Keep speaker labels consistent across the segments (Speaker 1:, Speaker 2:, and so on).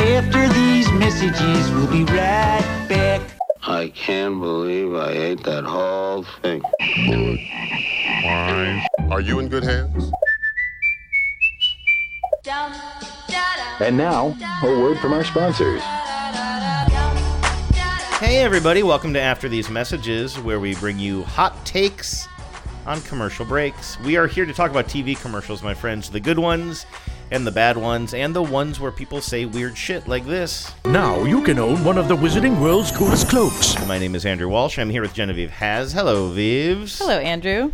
Speaker 1: After these messages, we'll be right back.
Speaker 2: I can't believe I ate that whole thing.
Speaker 3: Are you in good hands?
Speaker 4: And now, a word from our sponsors.
Speaker 5: Hey, everybody, welcome to After These Messages, where we bring you hot takes on commercial breaks. We are here to talk about TV commercials, my friends the good ones and the bad ones, and the ones where people say weird shit like this.
Speaker 6: Now you can own one of the Wizarding World's coolest cloaks.
Speaker 5: My name is Andrew Walsh. I'm here with Genevieve Has. Hello, Vives.
Speaker 7: Hello, Andrew.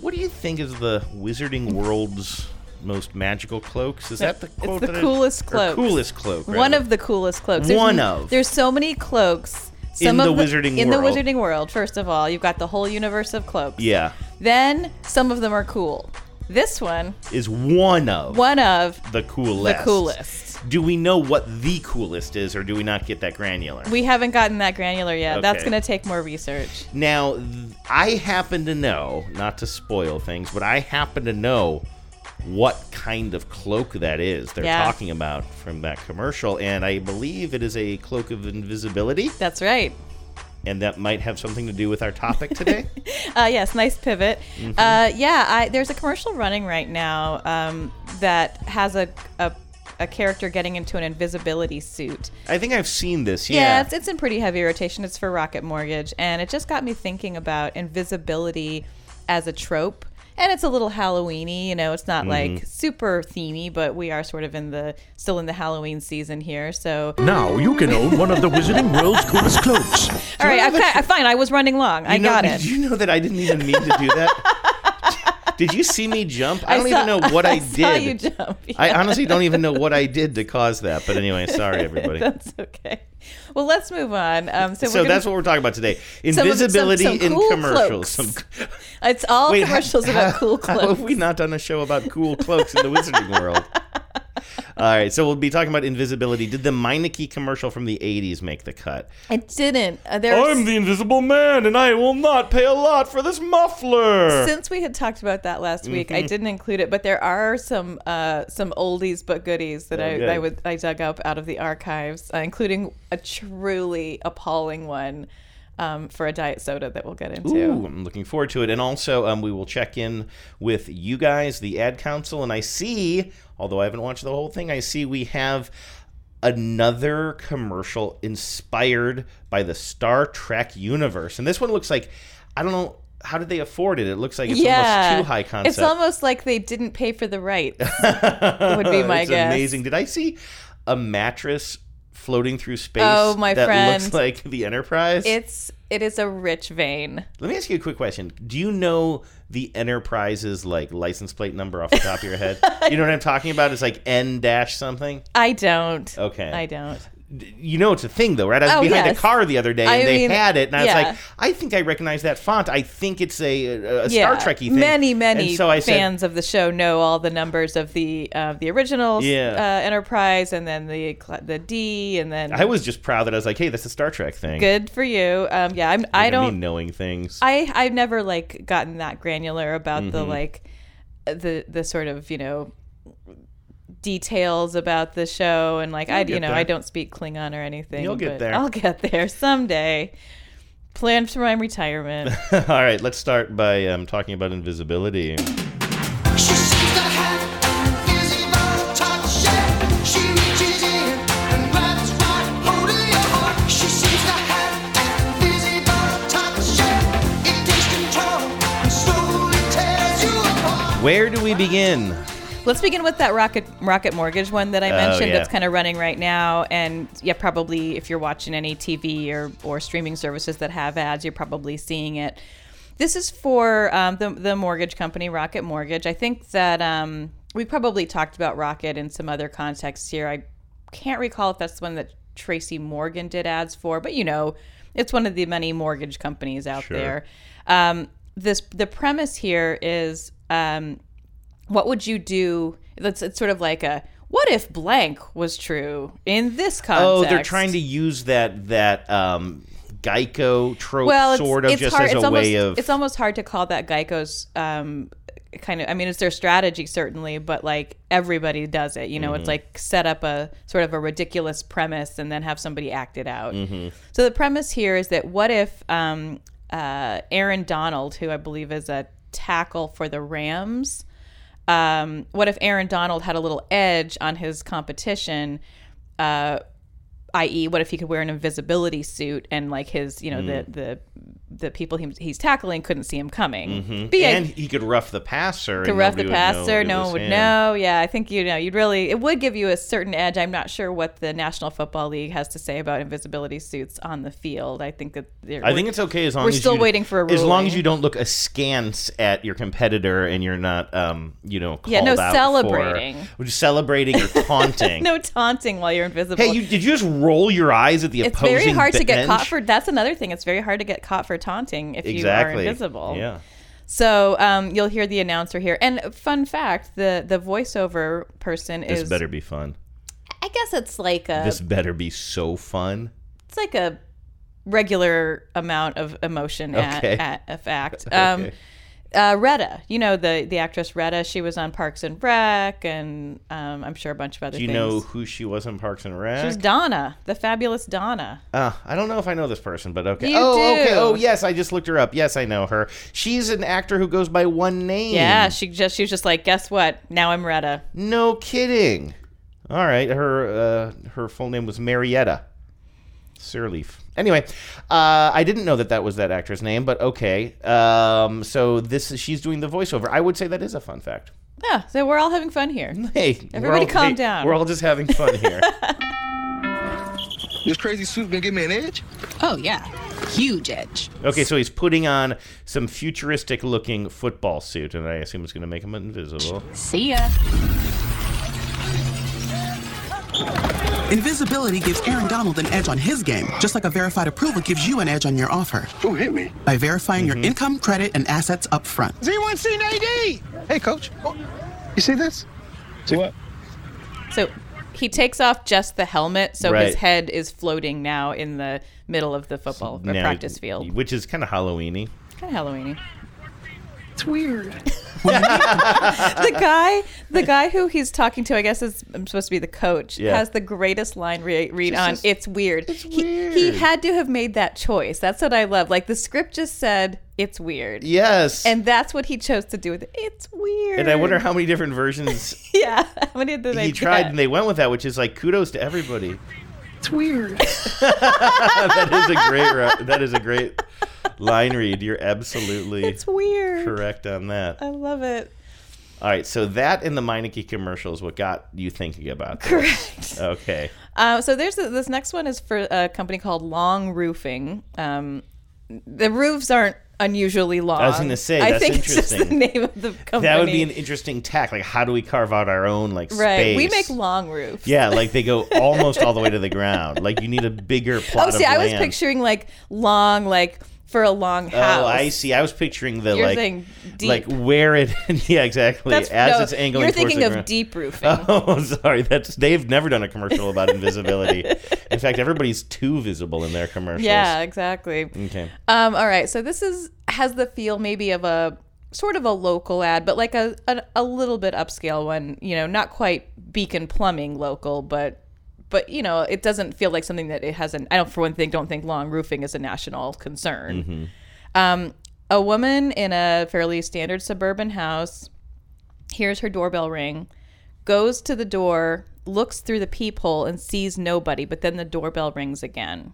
Speaker 5: What do you think is the Wizarding World's most magical cloaks? Is that the
Speaker 7: It's
Speaker 5: quote?
Speaker 7: the
Speaker 5: that I-
Speaker 7: coolest
Speaker 5: or
Speaker 7: cloaks.
Speaker 5: Coolest cloak.
Speaker 7: One
Speaker 5: rather.
Speaker 7: of the coolest cloaks.
Speaker 5: One of.
Speaker 7: There's so many cloaks.
Speaker 5: In
Speaker 7: Some
Speaker 5: the
Speaker 7: of
Speaker 5: wizarding
Speaker 7: in
Speaker 5: world.
Speaker 7: the wizarding world, first of all, you've got the whole universe of cloaks.
Speaker 5: Yeah.
Speaker 7: Then some of them are cool. This one,
Speaker 5: Is one of.
Speaker 7: one of
Speaker 5: The coolest.
Speaker 7: the coolest.
Speaker 5: Do we know what the coolest is, or do we not get that granular?
Speaker 7: We haven't gotten that granular yet. That's
Speaker 5: Okay.
Speaker 7: going to take more research.
Speaker 5: Now, th- I happen to know, not to spoil things, but I happen to know what kind of cloak that is they're
Speaker 7: Yeah.
Speaker 5: talking about from that commercial. And I believe it is a cloak of invisibility,
Speaker 7: That's right.
Speaker 5: and that might have something to do with our topic today.
Speaker 7: Uh, yes, nice pivot.
Speaker 5: Mm-hmm.
Speaker 7: Uh, yeah, I, there's a commercial running right now um, that has a, a a character getting into an invisibility suit.
Speaker 5: I think I've seen this.
Speaker 7: Yeah,
Speaker 5: Yeah.
Speaker 7: it's, it's in pretty heavy rotation. It's for Rocket Mortgage, and it just got me thinking about invisibility as a trope. And it's a little Halloweeny, you know. It's not
Speaker 5: Mm-hmm.
Speaker 7: like super themey, but we are sort of in the still in the Halloween season here. So,
Speaker 6: Now you can own one of the Wizarding World's coolest cloaks.
Speaker 7: all right, I, I, fine. I was running long. I
Speaker 5: You know-
Speaker 7: got
Speaker 5: did
Speaker 7: it.
Speaker 5: you know that I didn't even mean to do that? did you see me jump? I don't
Speaker 7: saw-
Speaker 5: even know what I, did.
Speaker 7: Saw you jump.
Speaker 5: I
Speaker 7: Yeah.
Speaker 5: honestly don't even know what I did to cause that. But anyway, sorry everybody.
Speaker 7: That's okay. Well, let's move on. Um, so
Speaker 5: so
Speaker 7: we're gonna,
Speaker 5: that's what we're talking about today.
Speaker 7: some-
Speaker 5: Invisibility
Speaker 7: some cool
Speaker 5: in commercials.
Speaker 7: cloaks. it's all
Speaker 5: Wait,
Speaker 7: commercials
Speaker 5: how-
Speaker 7: about cool
Speaker 5: how-
Speaker 7: clothes.
Speaker 5: How have we not done a show about cool cloaks in the wizarding world? All right, so we'll be talking about invisibility. Did the Meineke commercial from the '80s make the cut?
Speaker 7: It didn't. Uh, there was-
Speaker 5: the Invisible Man, and I will not pay a lot for this muffler.
Speaker 7: since we had talked about that last week,
Speaker 5: Mm-hmm.
Speaker 7: I didn't include it, but there are some uh, some oldies but goodies that I,
Speaker 5: Okay.
Speaker 7: I would I dug up out of the archives, uh, including a truly appalling one um, for a diet soda that we'll get into.
Speaker 5: Ooh, I'm looking forward to it. And also, um, we will check in with you guys, the ad council. And I see, although I haven't watched the whole thing, I see we have another commercial inspired by the Star Trek universe. And this one looks like, I don't know, how did they afford it? It looks like it's almost too high concept.
Speaker 7: It's almost like they didn't pay for the rights. would be my
Speaker 5: it's
Speaker 7: guess.
Speaker 5: amazing. Did I see a mattress floating through space
Speaker 7: Oh, my
Speaker 5: that looks
Speaker 7: friend.
Speaker 5: like the Enterprise?
Speaker 7: It's it is a rich vein.
Speaker 5: Let me ask you a quick question. Do you know the Enterprise's like license plate number off the top of your head? you know what I'm talking about? It's like N dash something.
Speaker 7: I don't.
Speaker 5: Okay.
Speaker 7: I don't.
Speaker 5: D- You know it's a thing though, right? I was
Speaker 7: Oh,
Speaker 5: behind
Speaker 7: yes.
Speaker 5: a car the other day and
Speaker 7: I
Speaker 5: they
Speaker 7: mean,
Speaker 5: had it, and I was
Speaker 7: yeah.
Speaker 5: like, I think I recognize that font. I think it's a, a a
Speaker 7: Yeah.
Speaker 5: Star Trekky thing.
Speaker 7: Many, many
Speaker 5: And so I said,
Speaker 7: fans of the show know all the numbers of the uh, the original
Speaker 5: Yeah.
Speaker 7: uh, Enterprise, and then the cl- the D, and then
Speaker 5: I was just proud that I was like, hey, that's a Star Trek thing.
Speaker 7: good for you. Um, yeah, I'm, I
Speaker 5: You know,
Speaker 7: don't.
Speaker 5: me knowing things.
Speaker 7: I I've never like gotten that granular about the
Speaker 5: Mm-hmm.
Speaker 7: like the the sort of you know details about the show and like I
Speaker 5: get
Speaker 7: you know
Speaker 5: there.
Speaker 7: I don't speak Klingon or anything.
Speaker 5: You'll get
Speaker 7: but
Speaker 5: there.
Speaker 7: I'll get there someday. Plan for my retirement.
Speaker 5: All right, let's start by um, talking about invisibility.
Speaker 8: She sees the hat invisible touch it. She reaches in and grabs right hold of your heart. She sees the hat invisible touch it. It takes control and slowly tears you apart.
Speaker 5: Where do we begin?
Speaker 7: Let's begin with that rocket rocket mortgage one that I mentioned.
Speaker 5: yeah.
Speaker 7: That's kind of running right now, and yeah, probably if you're watching any TV or or streaming services that have ads, you're probably seeing it. This is for um, the the mortgage company Rocket Mortgage. I think that um, we probably talked about Rocket in some other contexts here. I can't recall if that's the one that Tracy Morgan did ads for, but you know, it's one of the many mortgage companies out there. Um, this the premise here is. Um, what would you do? That's it's sort of like a what if blank was true in this context?
Speaker 5: Oh, they're trying to use that that um, Geico trope
Speaker 7: well, it's,
Speaker 5: sort of
Speaker 7: it's
Speaker 5: just
Speaker 7: hard.
Speaker 5: as
Speaker 7: it's
Speaker 5: a
Speaker 7: almost,
Speaker 5: way of
Speaker 7: it's almost hard to call that Geico's um, kind of i mean it's their strategy certainly but like everybody does it you know it's
Speaker 5: Mm-hmm.
Speaker 7: like set up a sort of a ridiculous premise and then have somebody act it out
Speaker 5: Mm-hmm.
Speaker 7: so the premise here is that what if um, uh, aaron donald who i believe is a tackle for the rams um, what if aaron donald had a little edge on his competition uh, i.e., what if he could wear an invisibility suit and like his, you know,
Speaker 5: Mm.
Speaker 7: the the the people he, he's tackling couldn't see him coming. Be a-
Speaker 5: Mm-hmm. and he could rough the passer.
Speaker 7: to
Speaker 5: and
Speaker 7: rough
Speaker 5: nobody
Speaker 7: the
Speaker 5: would know
Speaker 7: passer,
Speaker 5: it
Speaker 7: no
Speaker 5: was
Speaker 7: one would
Speaker 5: him.
Speaker 7: know. Yeah, I think you know you'd really it would give you a certain edge. I'm not sure what the National Football League has to say about invisibility suits on the field. I think that they're,
Speaker 5: I think it's okay as long
Speaker 7: we're
Speaker 5: as
Speaker 7: still
Speaker 5: you,
Speaker 7: waiting for a
Speaker 5: as long
Speaker 7: ruling.
Speaker 5: as you don't look askance at your competitor and you're not um you know called
Speaker 7: Yeah, no
Speaker 5: out
Speaker 7: celebrating.
Speaker 5: for, Well, just celebrating or taunting.
Speaker 7: no taunting while you're invisible.
Speaker 5: hey, you, did you just roll your eyes at the
Speaker 7: it's
Speaker 5: opposing
Speaker 7: very hard to get
Speaker 5: bench?
Speaker 7: caught for. That's another thing. It's very hard to get caught for taunting if
Speaker 5: exactly
Speaker 7: you are invisible.
Speaker 5: Yeah,
Speaker 7: So um, you'll hear the announcer here. And fun fact: the the voiceover person
Speaker 5: this
Speaker 7: is.
Speaker 5: better be fun.
Speaker 7: I guess it's like a
Speaker 5: This better be so fun.
Speaker 7: it's like a regular amount of emotion at,
Speaker 5: Okay.
Speaker 7: at a fact. Um, uh, Retta, you know the the actress Retta. She was on Parks and Rec, and um, I'm sure a bunch of other
Speaker 5: Do you
Speaker 7: things.
Speaker 5: know who she was in Parks and Rec?
Speaker 7: she was Donna, the fabulous Donna.
Speaker 5: Uh, I don't know if I know this person, but okay.
Speaker 7: You
Speaker 5: oh, okay.
Speaker 7: do.
Speaker 5: Oh, yes, I just looked her up. Yes, I know her. She's an actor who goes by one name.
Speaker 7: Yeah, she just she was just like, guess what? Now I'm Retta.
Speaker 5: No kidding. All right, her uh, her full name was Marietta Sirleaf. Anyway, uh, I didn't know that that was that actress' name, but okay. Um, so this is, she's doing the voiceover. I would say that is a fun fact.
Speaker 7: Yeah, so we're all having fun here.
Speaker 5: Hey, we're
Speaker 7: Everybody
Speaker 5: all-
Speaker 7: calm
Speaker 5: hey,
Speaker 7: down.
Speaker 5: We're all just having fun here.
Speaker 9: This crazy suit gonna give me an edge?
Speaker 10: Oh, yeah. Huge edge.
Speaker 5: okay, so he's putting on some futuristic looking football suit, and I assume it's going to make him invisible.
Speaker 10: See ya.
Speaker 11: Invisibility gives Aaron Donald an edge on his game, just like a verified approval gives you an edge on your offer.
Speaker 9: Who hit me?
Speaker 11: By verifying your income, credit, and assets up front.
Speaker 9: Has anyone seen AD? Hey, coach. Oh, you see this? See what?
Speaker 7: So he takes off just the helmet, so
Speaker 5: Right.
Speaker 7: his head is floating now in the middle of the football or
Speaker 5: Now,
Speaker 7: practice field.
Speaker 5: which is kind of Halloweeny.
Speaker 7: Kind of Halloweeny.
Speaker 9: It's weird.
Speaker 7: the guy, the guy who he's talking to, I guess is I'm supposed to be the coach,
Speaker 5: Yeah.
Speaker 7: has the greatest line re- read on.
Speaker 5: is-
Speaker 7: it's weird.
Speaker 5: it's
Speaker 7: he, He
Speaker 5: weird.
Speaker 7: had to have made that choice. That's what I love. Like the script just said, it's weird,
Speaker 5: Yes.
Speaker 7: and that's what he chose to do with it. It's weird.
Speaker 5: and I wonder how many different versions
Speaker 7: Yeah, how many did they
Speaker 5: he tried
Speaker 7: get?
Speaker 5: and they went with that, which is like kudos to everybody.
Speaker 9: It's weird.
Speaker 5: that is a great ri- that is a great line read. You're absolutely
Speaker 7: it's weird. Um,
Speaker 5: correct on that.
Speaker 7: I love it.
Speaker 5: All right, so that and the Meineke commercial is what got you thinking about this.
Speaker 7: Correct.
Speaker 5: Okay.
Speaker 7: Uh, so there's a, this next one is for a company called Long Roofing. Um, the roofs aren't unusually long.
Speaker 5: was gonna say,
Speaker 7: I
Speaker 5: that's
Speaker 7: think it's just the
Speaker 5: interesting.
Speaker 7: name of the company.
Speaker 5: That would be an interesting tack. Like how do we carve out our own like
Speaker 7: right.
Speaker 5: space?
Speaker 7: We make long roofs.
Speaker 5: Yeah, like they go almost all the way to the ground. Like you need a bigger plot
Speaker 7: Oh, see,
Speaker 5: of
Speaker 7: I was
Speaker 5: land.
Speaker 7: picturing like long, like for a long house.
Speaker 5: Oh, I see. I was picturing the
Speaker 7: You're
Speaker 5: like,
Speaker 7: saying deep.
Speaker 5: like where it. yeah, exactly.
Speaker 7: That's
Speaker 5: As
Speaker 7: no,
Speaker 5: it's angling.
Speaker 7: You're
Speaker 5: towards
Speaker 7: thinking
Speaker 5: the
Speaker 7: of
Speaker 5: ground.
Speaker 7: deep roofing.
Speaker 5: Oh, sorry. That's they've never done a commercial about invisibility. In fact, everybody's too visible in their commercials.
Speaker 7: yeah, exactly.
Speaker 5: Okay.
Speaker 7: Um, all right, so this is has the feel maybe of a sort of a local ad, but like a a, a little bit upscale one. You know, not quite Beacon Plumbing local, but but you know, it doesn't feel like something that it hasn't. I don't, for one thing, don't think long roofing is a national concern. Um, a woman in a fairly standard suburban house hears her doorbell ring, goes to the door, looks through the peephole, and sees nobody. But then the doorbell rings again.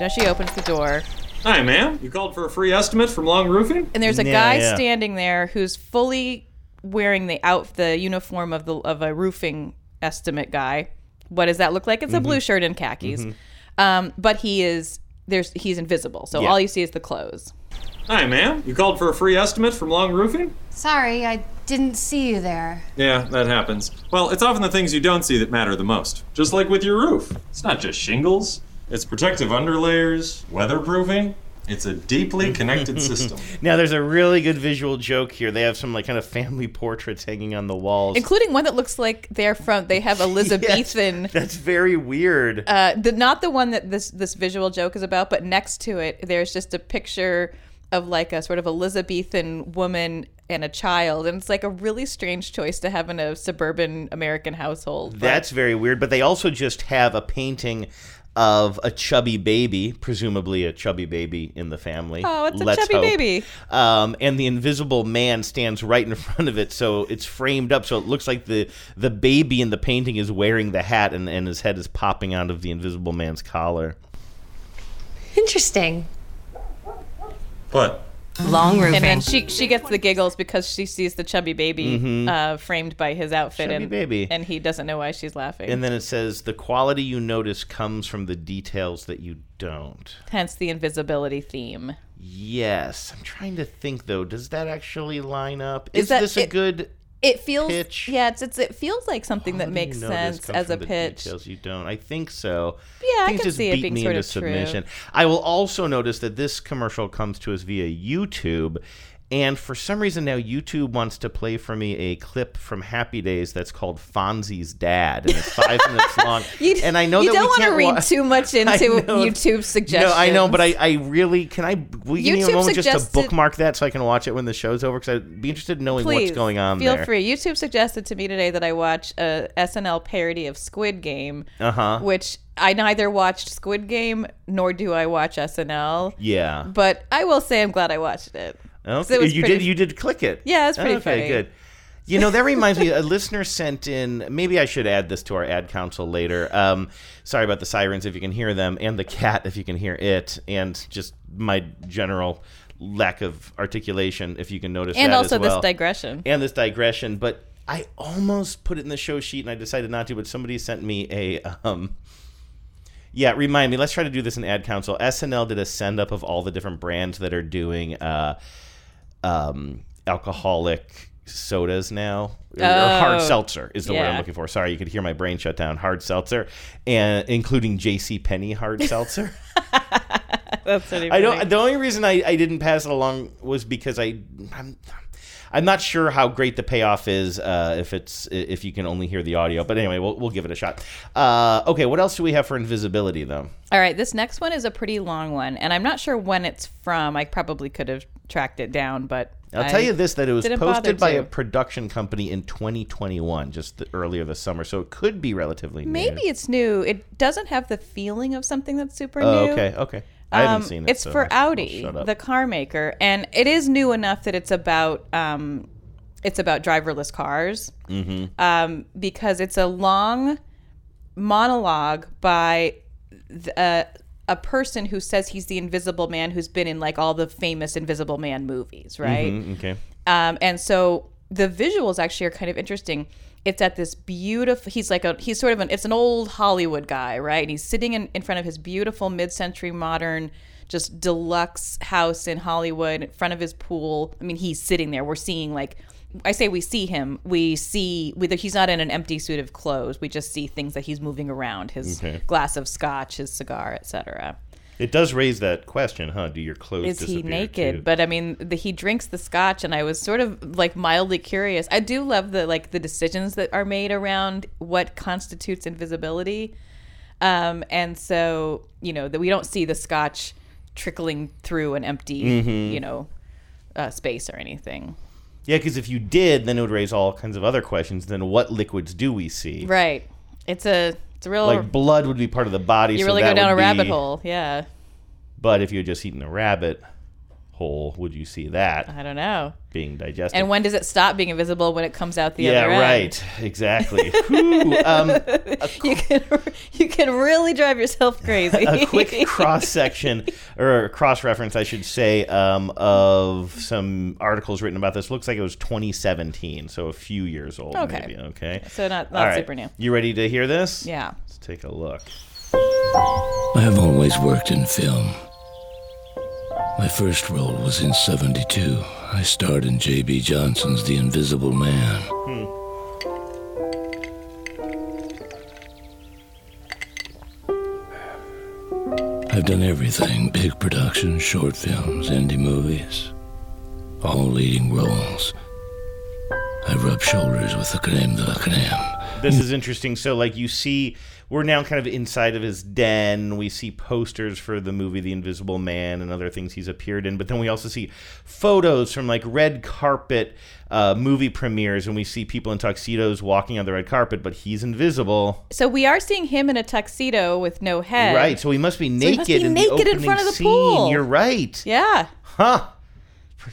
Speaker 7: Now she opens the door,
Speaker 12: Hi, ma'am. You called for a free estimate from Long Roofing?
Speaker 7: and there's a
Speaker 5: Yeah,
Speaker 7: guy
Speaker 5: yeah.
Speaker 7: standing there who's fully wearing the out the uniform of the of a roofing estimate guy. What does that look like? It's a
Speaker 5: Mm-hmm.
Speaker 7: blue shirt and khakis, um, but he is there's he's invisible, so
Speaker 5: Yeah.
Speaker 7: all you see is the clothes.
Speaker 12: Hi, ma'am. You called for a free estimate from Long Roofing?
Speaker 10: Sorry, I didn't see you there.
Speaker 12: Yeah, that happens. Well, it's often the things you don't see that matter the most. Just like with your roof. It's not just shingles, it's protective underlayers, weatherproofing. It's a deeply connected system.
Speaker 5: Now there's a really good visual joke here. They have some like kind of family portraits hanging on the walls.
Speaker 7: including one that looks like they're from. They have Elizabethan.
Speaker 5: That's very weird.
Speaker 7: uh, the not the one that this this visual joke is about, but next to it, there's just a picture of like a sort of Elizabethan woman and a child, and it's like a really strange choice to have in a suburban American household. but-
Speaker 5: That's very weird. But they also just have a painting of a chubby baby, presumably a chubby baby in the family.
Speaker 7: Oh, it's a chubby baby.
Speaker 5: Um, and the invisible man stands right in front of it, so it's framed up, so it looks like the the baby in the painting is wearing the hat, and, and his head is popping out of the invisible man's collar.
Speaker 10: Interesting.
Speaker 12: What?
Speaker 10: Long roofing.
Speaker 7: And then she she gets the giggles because she sees the chubby baby
Speaker 5: Mhm.
Speaker 7: uh, framed by his outfit,
Speaker 5: Chubby
Speaker 7: and
Speaker 5: baby.
Speaker 7: and he doesn't know why she's laughing.
Speaker 5: And then it says, "The quality you notice comes from the details that you don't."
Speaker 7: hence the invisibility theme.
Speaker 5: Yes, I'm trying to think though. Does that actually line up?
Speaker 7: Is
Speaker 5: Is,
Speaker 7: that-
Speaker 5: this a
Speaker 7: it-
Speaker 5: good?
Speaker 7: It feels yeah, it's, it's it feels like something that makes
Speaker 5: No, this
Speaker 7: sense
Speaker 5: comes
Speaker 7: as a
Speaker 5: from the
Speaker 7: pitch.
Speaker 5: Details you don't. I think so.
Speaker 7: Yeah, I
Speaker 5: Things
Speaker 7: can
Speaker 5: just
Speaker 7: see it
Speaker 5: beat
Speaker 7: being
Speaker 5: me
Speaker 7: sort
Speaker 5: into
Speaker 7: of true.
Speaker 5: submission. I will also notice that this commercial comes to us via YouTube. And for some reason now, YouTube wants to play for me a clip from Happy Days that's called Fonzie's Dad, and it's five minutes long. and I know
Speaker 7: you
Speaker 5: that
Speaker 7: don't
Speaker 5: we
Speaker 7: want to
Speaker 5: can't
Speaker 7: read
Speaker 5: wa-
Speaker 7: too much
Speaker 5: I
Speaker 7: into
Speaker 5: know.
Speaker 7: YouTube suggestions.
Speaker 5: No, I know, but I, I really can I. Will you give me
Speaker 7: YouTube
Speaker 5: a moment just
Speaker 7: suggested-
Speaker 5: to bookmark that so I can watch it when the show's over? Because I'd be interested in knowing
Speaker 7: Please
Speaker 5: what's going on
Speaker 7: Feel
Speaker 5: there.
Speaker 7: free. YouTube suggested to me today that I watch a SNL parody of Squid Game,
Speaker 5: Uh-huh.
Speaker 7: which I neither watched Squid Game nor do I watch SNL.
Speaker 5: Yeah.
Speaker 7: but I will say I'm glad I watched it. 'Cause
Speaker 5: Okay.
Speaker 7: it was
Speaker 5: you
Speaker 7: pretty-
Speaker 5: did. You did click it.
Speaker 7: Yeah, it's pretty
Speaker 5: okay,
Speaker 7: funny.
Speaker 5: good. You know that reminds me. A listener sent in. Maybe I should add this to our ad council later. Um, sorry about the sirens if you can hear them, and the cat if you can hear it, and just my general lack of articulation if you can notice.
Speaker 7: And
Speaker 5: that
Speaker 7: also
Speaker 5: as
Speaker 7: this
Speaker 5: well.
Speaker 7: digression.
Speaker 13: Mm-hmm.
Speaker 5: And this digression, but I almost put it in the show sheet and I decided not to. But somebody sent me a. Um, yeah, remind me. Let's try to do this in ad council. SNL did a send up of all the different brands that are doing uh, um, alcoholic sodas now. Or- or hard
Speaker 13: Oh,
Speaker 5: seltzer is the word I'm
Speaker 13: yeah.
Speaker 5: looking for. Sorry, you could hear my brain shut down. Hard seltzer, and including J.C. Penney hard seltzer.
Speaker 7: That's pretty
Speaker 5: I
Speaker 7: funny.
Speaker 5: don't. The only reason I, I didn't pass it along was because I I'm, I'm not sure how great the payoff is uh, if it's if you can only hear the audio. But anyway, we'll we'll give it a shot. Uh, okay, what else do we have for invisibility though?
Speaker 7: All right, this next one is a pretty long one, and I'm not sure when it's from. I probably could have tracked it down, but
Speaker 5: I'll
Speaker 7: I
Speaker 5: tell you this: that it was
Speaker 7: didn't bother
Speaker 5: posted by a
Speaker 7: to.
Speaker 5: production company in 2021, just the, earlier this summer, so it could be relatively new.
Speaker 7: Maybe it's new. It doesn't have the feeling of something that's super
Speaker 5: Oh,
Speaker 7: new.
Speaker 5: okay, okay. I haven't
Speaker 7: Um,
Speaker 5: seen it,
Speaker 7: It's
Speaker 5: so
Speaker 7: for
Speaker 5: I'll- I'll
Speaker 7: Audi,
Speaker 5: shut up.
Speaker 7: the car maker, and it is new enough that it's about um, it's about driverless cars
Speaker 8: Mm-hmm.
Speaker 7: um, because it's a long monologue by th- uh, a person who says he's the Invisible Man, who's been in like all the famous Invisible Man movies, right?
Speaker 5: Mhm, okay.
Speaker 7: Um, and so the visuals actually are kind of interesting. It's at this beautiful. He's like a. He's sort of an. It's an old Hollywood guy, right? And he's sitting in, in front of his beautiful mid-century modern, just deluxe house in Hollywood, in front of his pool. I mean, he's sitting there. We're seeing like, I say we see him. We see whether he's not in an empty suit of clothes. We just see things that he's moving around. His
Speaker 5: Okay.
Speaker 7: glass of scotch, his cigar, etc.
Speaker 5: It does raise that question, huh? Do your clothes
Speaker 7: Is he
Speaker 5: disappear,
Speaker 7: naked?
Speaker 5: too?
Speaker 7: But I mean, the, he drinks the scotch, and I was sort of like mildly curious. I do love the like the decisions that are made around what constitutes invisibility, um, and so you know that we don't see the scotch trickling through an empty
Speaker 5: Mhm.
Speaker 7: you know uh, space or anything.
Speaker 5: yeah, because if you did, then it would raise all kinds of other questions. Then what liquids do we see?
Speaker 7: Right. It's a it's a real.
Speaker 5: Like blood would be part of the body.
Speaker 7: you
Speaker 5: so
Speaker 7: really
Speaker 5: that
Speaker 7: go down
Speaker 5: would
Speaker 7: a rabbit
Speaker 5: be-
Speaker 7: hole. Yeah.
Speaker 5: But if you had just eaten a rabbit whole, would you see that
Speaker 7: I don't know.
Speaker 5: being digested?
Speaker 7: Uh-huh. And when does it stop being invisible? When it comes out the
Speaker 5: yeah,
Speaker 7: other end.
Speaker 5: right. Exactly. Whew, um,
Speaker 7: you can you can really drive yourself crazy.
Speaker 5: a quick cross section or cross reference, I should say, um, of some articles written about this. Looks like it was 2017, so a few years old,
Speaker 7: Okay.
Speaker 5: maybe. Okay.
Speaker 7: So not- not
Speaker 5: All right.
Speaker 7: super new.
Speaker 5: You ready to hear this?
Speaker 7: Yeah.
Speaker 5: Let's take a look.
Speaker 14: I have always worked in film. My first role was in 72. I starred in J.B. Johnson's The Invisible Man. I I've done everything big productions, short films, indie movies, all leading roles. I've rubbed shoulders with the creme de la creme.
Speaker 5: This is interesting. So, like, you see, we're now kind of inside of his den. We see posters for the movie The Invisible Man and other things he's appeared in. But then we also see photos from like red carpet uh, movie premieres, and we see people in tuxedos walking on the red carpet, but he's invisible.
Speaker 7: So we are seeing him in a tuxedo with no head.
Speaker 5: Right. So he must be
Speaker 7: So he
Speaker 5: naked
Speaker 7: must be
Speaker 5: in the
Speaker 7: naked in
Speaker 5: opening
Speaker 7: front of the
Speaker 5: scene.
Speaker 7: pool.
Speaker 5: You're right.
Speaker 7: Yeah.
Speaker 5: Huh.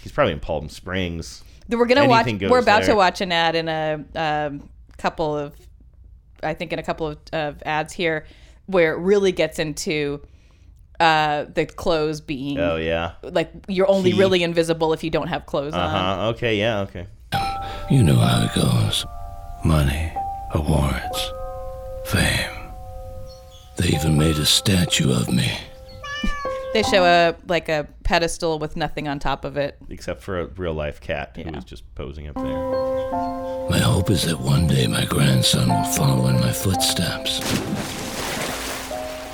Speaker 5: He's probably in Palm Springs.
Speaker 7: We're gonna
Speaker 5: Anything
Speaker 7: watch.
Speaker 5: goes
Speaker 7: We're about
Speaker 5: there.
Speaker 7: to watch an ad in a um, couple of, I think in a couple of, of ads here, where it really gets into uh, the clothes being.
Speaker 5: Oh, yeah.
Speaker 7: Like you're only
Speaker 5: Key.
Speaker 7: really invisible if you don't have clothes
Speaker 5: Uh
Speaker 7: on.
Speaker 5: huh. Okay. Yeah. Okay.
Speaker 14: You know how it goes money, awards, fame. They even made a statue of me.
Speaker 7: They show a like a pedestal with nothing on top of it.
Speaker 5: Except for a real life cat who was just posing up there.
Speaker 14: My hope is that one day my grandson will follow in my footsteps.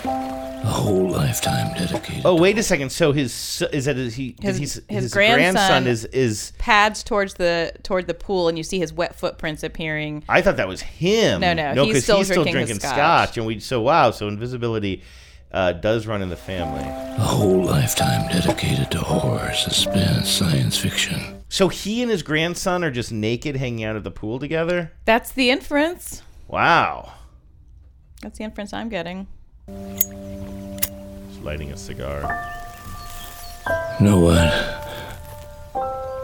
Speaker 14: A whole lifetime dedicated.
Speaker 5: Oh, wait a second. So his so- is that is he
Speaker 7: His,
Speaker 5: did he's-
Speaker 7: his, grandson,
Speaker 5: is is
Speaker 7: pads towards the toward the pool, and you see his wet footprints appearing.
Speaker 5: I thought that was him.
Speaker 7: No, no, he's
Speaker 5: 'cause
Speaker 7: still drinking his
Speaker 5: scotch.
Speaker 7: scotch.
Speaker 5: and we so wow, so invisibility uh, does run in the family.
Speaker 14: A whole lifetime dedicated to horror, suspense, science fiction.
Speaker 5: So he and his grandson are just naked, hanging out at the pool together.
Speaker 7: That's the inference.
Speaker 5: Wow,
Speaker 7: That's the inference I'm getting.
Speaker 5: He's lighting a cigar.
Speaker 14: You know what?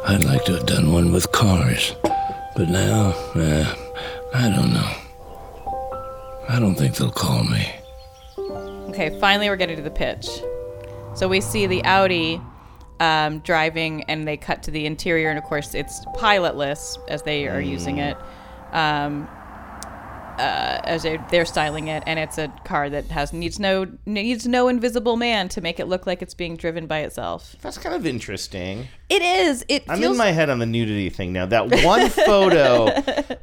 Speaker 14: I'd like to have done one with cars, but now, uh, I don't know. I don't think they'll call me.
Speaker 7: Okay, finally we're getting to the pitch. So we see the Audi um, driving, and they cut to the interior, and of course it's pilotless as they are using
Speaker 13: Mm.
Speaker 7: it, um, uh, as they they're styling it, and it's a car that has needs no needs no invisible man to make it look like it's being driven by itself.
Speaker 5: That's kind of interesting.
Speaker 7: It is. It
Speaker 5: I'm
Speaker 7: feels
Speaker 5: in my head on the nudity thing now. That one photo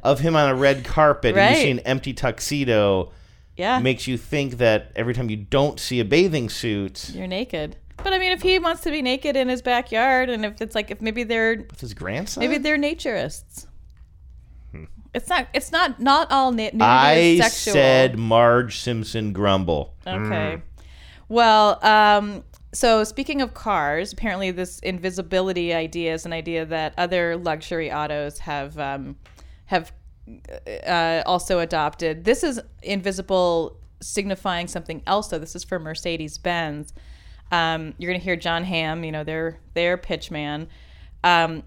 Speaker 5: of him on a red carpet and you
Speaker 7: Right.
Speaker 5: see
Speaker 7: Uh.
Speaker 5: an empty tuxedo
Speaker 7: Yeah.
Speaker 5: makes you think that every time you don't see a bathing suit,
Speaker 7: you're naked. But I mean, if he wants to be naked in his backyard, and if it's like if maybe they're
Speaker 5: with his grandson.
Speaker 7: Maybe they're naturists. It's not. It's not. Not all na- nudity
Speaker 5: I
Speaker 7: is sexual.
Speaker 5: said Marge Simpson grumble.
Speaker 7: Okay. Mm. Well, um, so speaking of cars, apparently this invisibility idea is an idea that other luxury autos have um, have uh, also adopted. This is invisible, signifying something else. Though this is for Mercedes Benz. Um, you're going to hear John Hamm, you know, their their pitch man, um,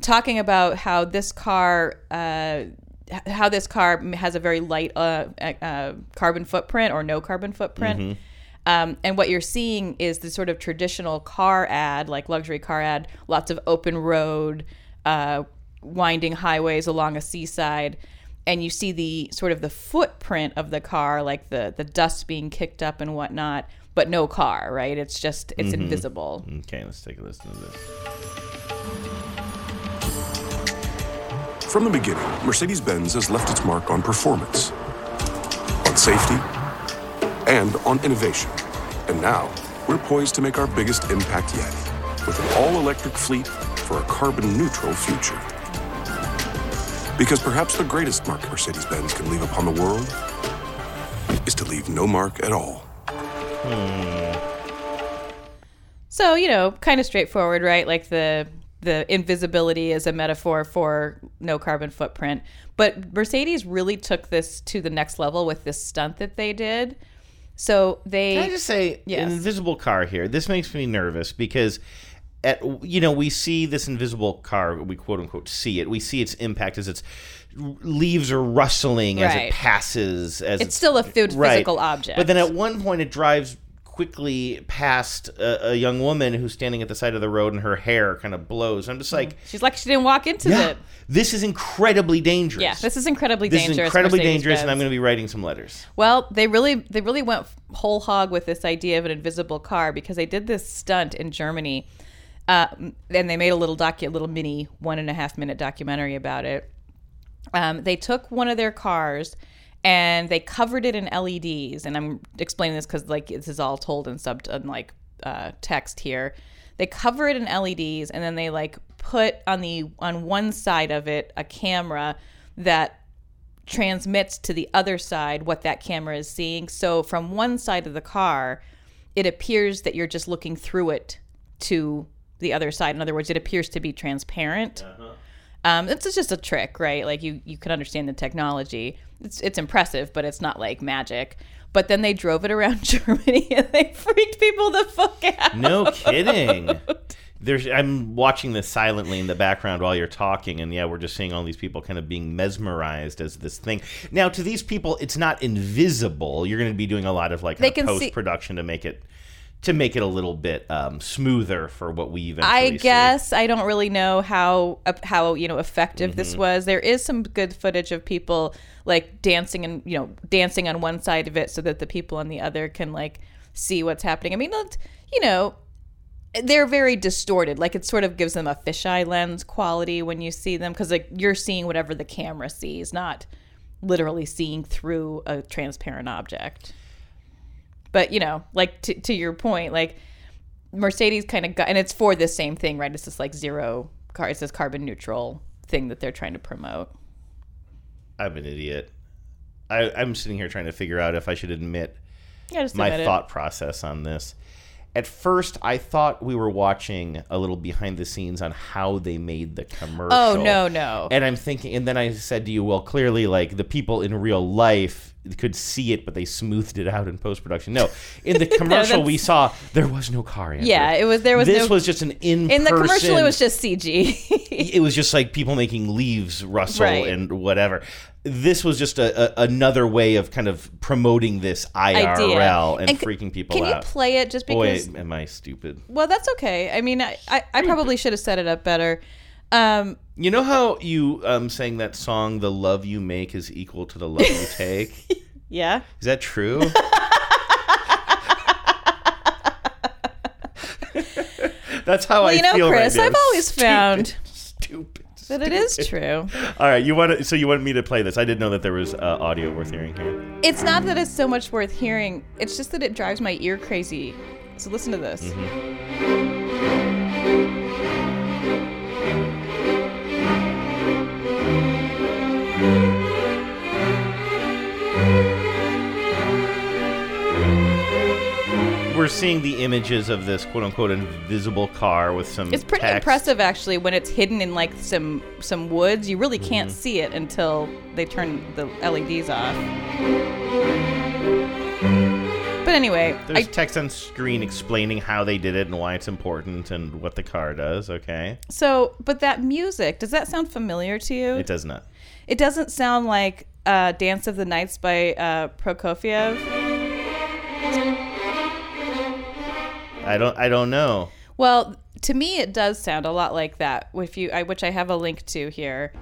Speaker 7: talking about how this car. Uh, h- how this car has a very light uh, uh, carbon footprint or no carbon footprint,
Speaker 13: Mhm.
Speaker 7: um, and what you're seeing is the sort of traditional car ad, like luxury car ad, lots of open road, uh, winding highways along a seaside. And you see the sort of the footprint of the car, like the, the dust being kicked up and whatnot, but no car, right? It's just, it's
Speaker 5: Mhm.
Speaker 7: invisible.
Speaker 5: Okay, let's take a listen to this.
Speaker 15: From the beginning, Mercedes Benz has left its mark on performance, on safety, and on innovation. And now, we're poised to make our biggest impact yet with an all electric fleet for a carbon neutral future. Because perhaps the greatest mark Mercedes Benz can leave upon the world is to leave no mark at all.
Speaker 7: So, you know, kind of straightforward, right? Like the the invisibility is a metaphor for no carbon footprint. But Mercedes really took this to the next level with this stunt that they did. So they
Speaker 5: Can I just say,
Speaker 7: yes.
Speaker 5: an invisible car here. This makes me nervous because, at you know, we see this invisible car. We quote unquote see it. We see its impact as its leaves are rustling as it
Speaker 7: Right.
Speaker 5: passes. As
Speaker 7: It's still a phy- physical object.
Speaker 5: But then at one point, it drives quickly past a, a young woman who's standing at the side of the road, and her hair kind of blows. I'm just like,
Speaker 7: She's like she didn't walk into
Speaker 5: yeah,
Speaker 7: Mm. it.
Speaker 5: this is incredibly dangerous.
Speaker 7: Yeah, this is incredibly
Speaker 5: This
Speaker 7: dangerous.
Speaker 5: is incredibly
Speaker 7: Mercedes
Speaker 5: dangerous, and
Speaker 7: Benz.
Speaker 5: I'm going to be writing some letters.
Speaker 7: Well, they really they really went whole hog with this idea of an invisible car because they did this stunt in Germany, uh, and they made a little docu, little mini one and a half minute documentary about it. Um, they took one of their cars and they covered it in LEDs. And I'm explaining this because like this is all told in sub in, like uh, text here. They cover it in LEDs, and then they like put on the on one side of it a camera that transmits to the other side what that camera is seeing. So from one side of the car, it appears that you're just looking through it to the other side. In other words, it appears to be transparent. Um, it's it's just a trick, right? Like you you can understand the technology. It's it's impressive, but it's not like magic. But then they drove it around Germany and they freaked people the fuck out.
Speaker 5: No kidding. There's, I'm watching this silently in the background while you're talking, and yeah, we're just seeing all these people kind of being mesmerized as this thing. Now, to these people, it's not invisible. You're going to be doing a lot of like
Speaker 7: They can see-
Speaker 5: post production to make it to make it a little bit um, smoother for what we even.
Speaker 7: I guess I don't really know how uh, how you know effective this
Speaker 5: Mhm.
Speaker 7: was. There is some good footage of people like dancing and you know dancing on one side of it so that the people on the other can like see what's happening. I mean, let- you know, they're very distorted. Like it sort of gives them a fisheye lens quality when you see them because like you're seeing whatever the camera sees, not literally seeing through a transparent object. But you know, like to to your point, like Mercedes kind of got, and it's for this same thing, right? It's this like zero car. It's this carbon neutral thing that they're trying to promote.
Speaker 5: I'm an idiot. I, I'm sitting here trying to figure out if I should admit
Speaker 7: Yeah, just
Speaker 5: my
Speaker 7: admit it.
Speaker 5: thought process on this. At first, I thought we were watching a little behind the scenes on how they made the commercial.
Speaker 7: Oh, no, no.
Speaker 5: And I'm thinking, and then I said to you, well, clearly, like the people in real life could see it, but they smoothed it out in post production. No, in the commercial we
Speaker 7: that's-
Speaker 5: saw there was no car. Andrew.
Speaker 7: Yeah, it was. There was
Speaker 5: this
Speaker 7: no,
Speaker 5: was just an in
Speaker 7: in the commercial. It was just CG.
Speaker 5: it was just like people making leaves rustle
Speaker 7: Right.
Speaker 5: and whatever. This was just a, a, another way of kind of promoting this IRL and,
Speaker 7: And c-
Speaker 5: freaking people
Speaker 7: can you
Speaker 5: out.
Speaker 7: play it just because-
Speaker 5: Boy, am I stupid.
Speaker 7: well, that's okay. I mean, I I, I probably should have set it up better. Um,
Speaker 5: You know how you um, sang that song, The Love You Make is Equal to the Love You Take? Is
Speaker 7: yeah.
Speaker 5: that true? That's how
Speaker 7: Well,
Speaker 5: I
Speaker 7: you know,
Speaker 5: feel right
Speaker 7: Chris,
Speaker 5: now.
Speaker 7: I've always
Speaker 5: Stupid,
Speaker 7: found
Speaker 5: stupid,
Speaker 7: that it is true.
Speaker 5: All right, you want to, so you wanted me to play this. I didn't know that there was uh, audio worth hearing here.
Speaker 7: It's not that it's so much worth hearing. It's just that it drives my ear crazy. So listen to this.
Speaker 5: We're seeing the images of this quote unquote invisible car with some
Speaker 7: It's pretty
Speaker 5: text.
Speaker 7: impressive actually when it's hidden in like some some woods. You really can't
Speaker 5: Mm-hmm.
Speaker 7: see it until they turn the LEDs off. But anyway,
Speaker 5: There's text on screen explaining how they did it and why it's important and what the car does, okay?
Speaker 7: so but that music, does that sound familiar to you?
Speaker 5: It does not.
Speaker 7: It doesn't sound like uh, Dance of the Nights by uh, Prokofiev.
Speaker 5: I don't I don't know.
Speaker 7: Well, to me it does sound a lot like that. If you I, which I have a link to here.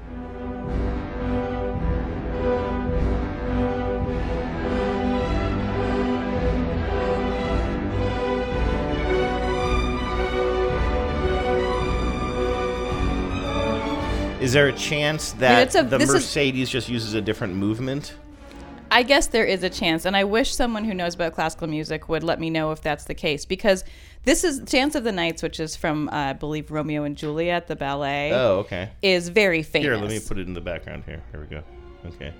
Speaker 5: Is there a chance
Speaker 7: I mean,
Speaker 5: that
Speaker 7: it's a-
Speaker 5: the
Speaker 7: this is-
Speaker 5: Mercedes just uses a different movement?
Speaker 7: I guess there is a chance, and I wish someone who knows about classical music would let me know if that's the case because this is Chance of the Nights, which is from uh, I believe Romeo and Juliet, the ballet.
Speaker 5: Oh, okay.
Speaker 7: Is very famous.
Speaker 5: Here, let me put it in the background here. Here we go. Okay.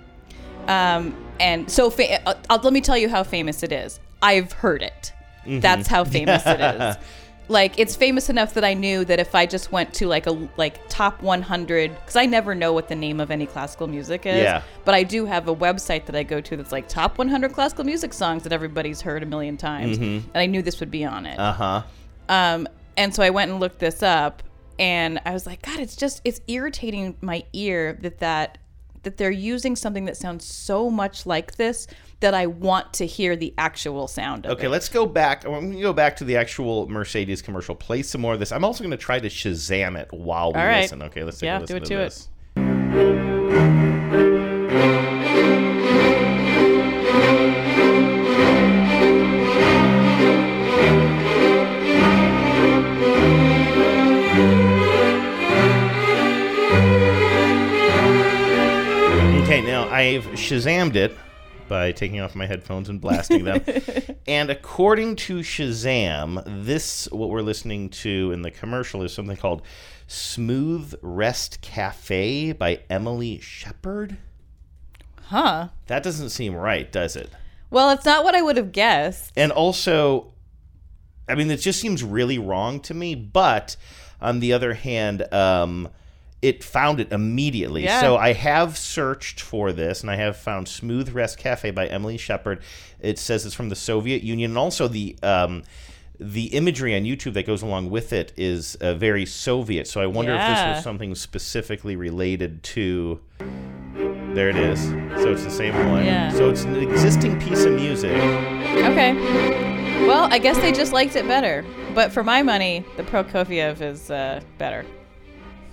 Speaker 7: Um, and so fa- uh, uh, let me tell you how famous it is. I've heard it. That's how famous it is. Like it's famous enough that I knew that if I just went to like a like top 100 because I never know what the name of any classical music is.
Speaker 5: Yeah.
Speaker 7: But I do have a website that I go to that's like top 100 classical music songs that everybody's heard a million times,
Speaker 5: Mhm.
Speaker 7: and I knew this would be on it.
Speaker 5: Uh huh.
Speaker 7: Um, and so I went and looked this up, and I was like, God, it's just it's irritating my ear that that that they're using something that sounds so much like this that I want to hear the actual sound of
Speaker 5: Okay,
Speaker 7: it.
Speaker 5: let's go back. I'm going to go back to the actual Mercedes commercial. Play some more of this. I'm also going to try to Shazam it while we
Speaker 7: All right.
Speaker 5: listen. Okay, let's take
Speaker 7: Yeah,
Speaker 5: a listen
Speaker 7: do it
Speaker 5: to
Speaker 7: to it.
Speaker 5: this. Okay, now I've Shazammed it. by taking off my headphones and blasting them. and according to Shazam, this what we're listening to in the commercial is something called Smooth Rest Cafe by Emily Shepard.
Speaker 7: Huh.
Speaker 5: That doesn't seem right, does it?
Speaker 7: Well, it's not what I would have guessed.
Speaker 5: And also, I mean, it just seems really wrong to me. But on the other hand, um, it found it immediately.
Speaker 13: Yeah.
Speaker 5: So I have searched for this, and I have found "Smooth Rest Cafe" by Emily Shepard. It says it's from the Soviet Union, and also the. Um, the imagery on YouTube that goes along with it is uh, very Soviet, so I wonder if this
Speaker 7: Yeah.
Speaker 5: was something specifically related to. There it is. So it's the same one.
Speaker 7: Yeah.
Speaker 5: So it's an existing piece of music.
Speaker 7: Okay. Well, I guess they just liked it better. But for my money, the Prokofiev is uh, better.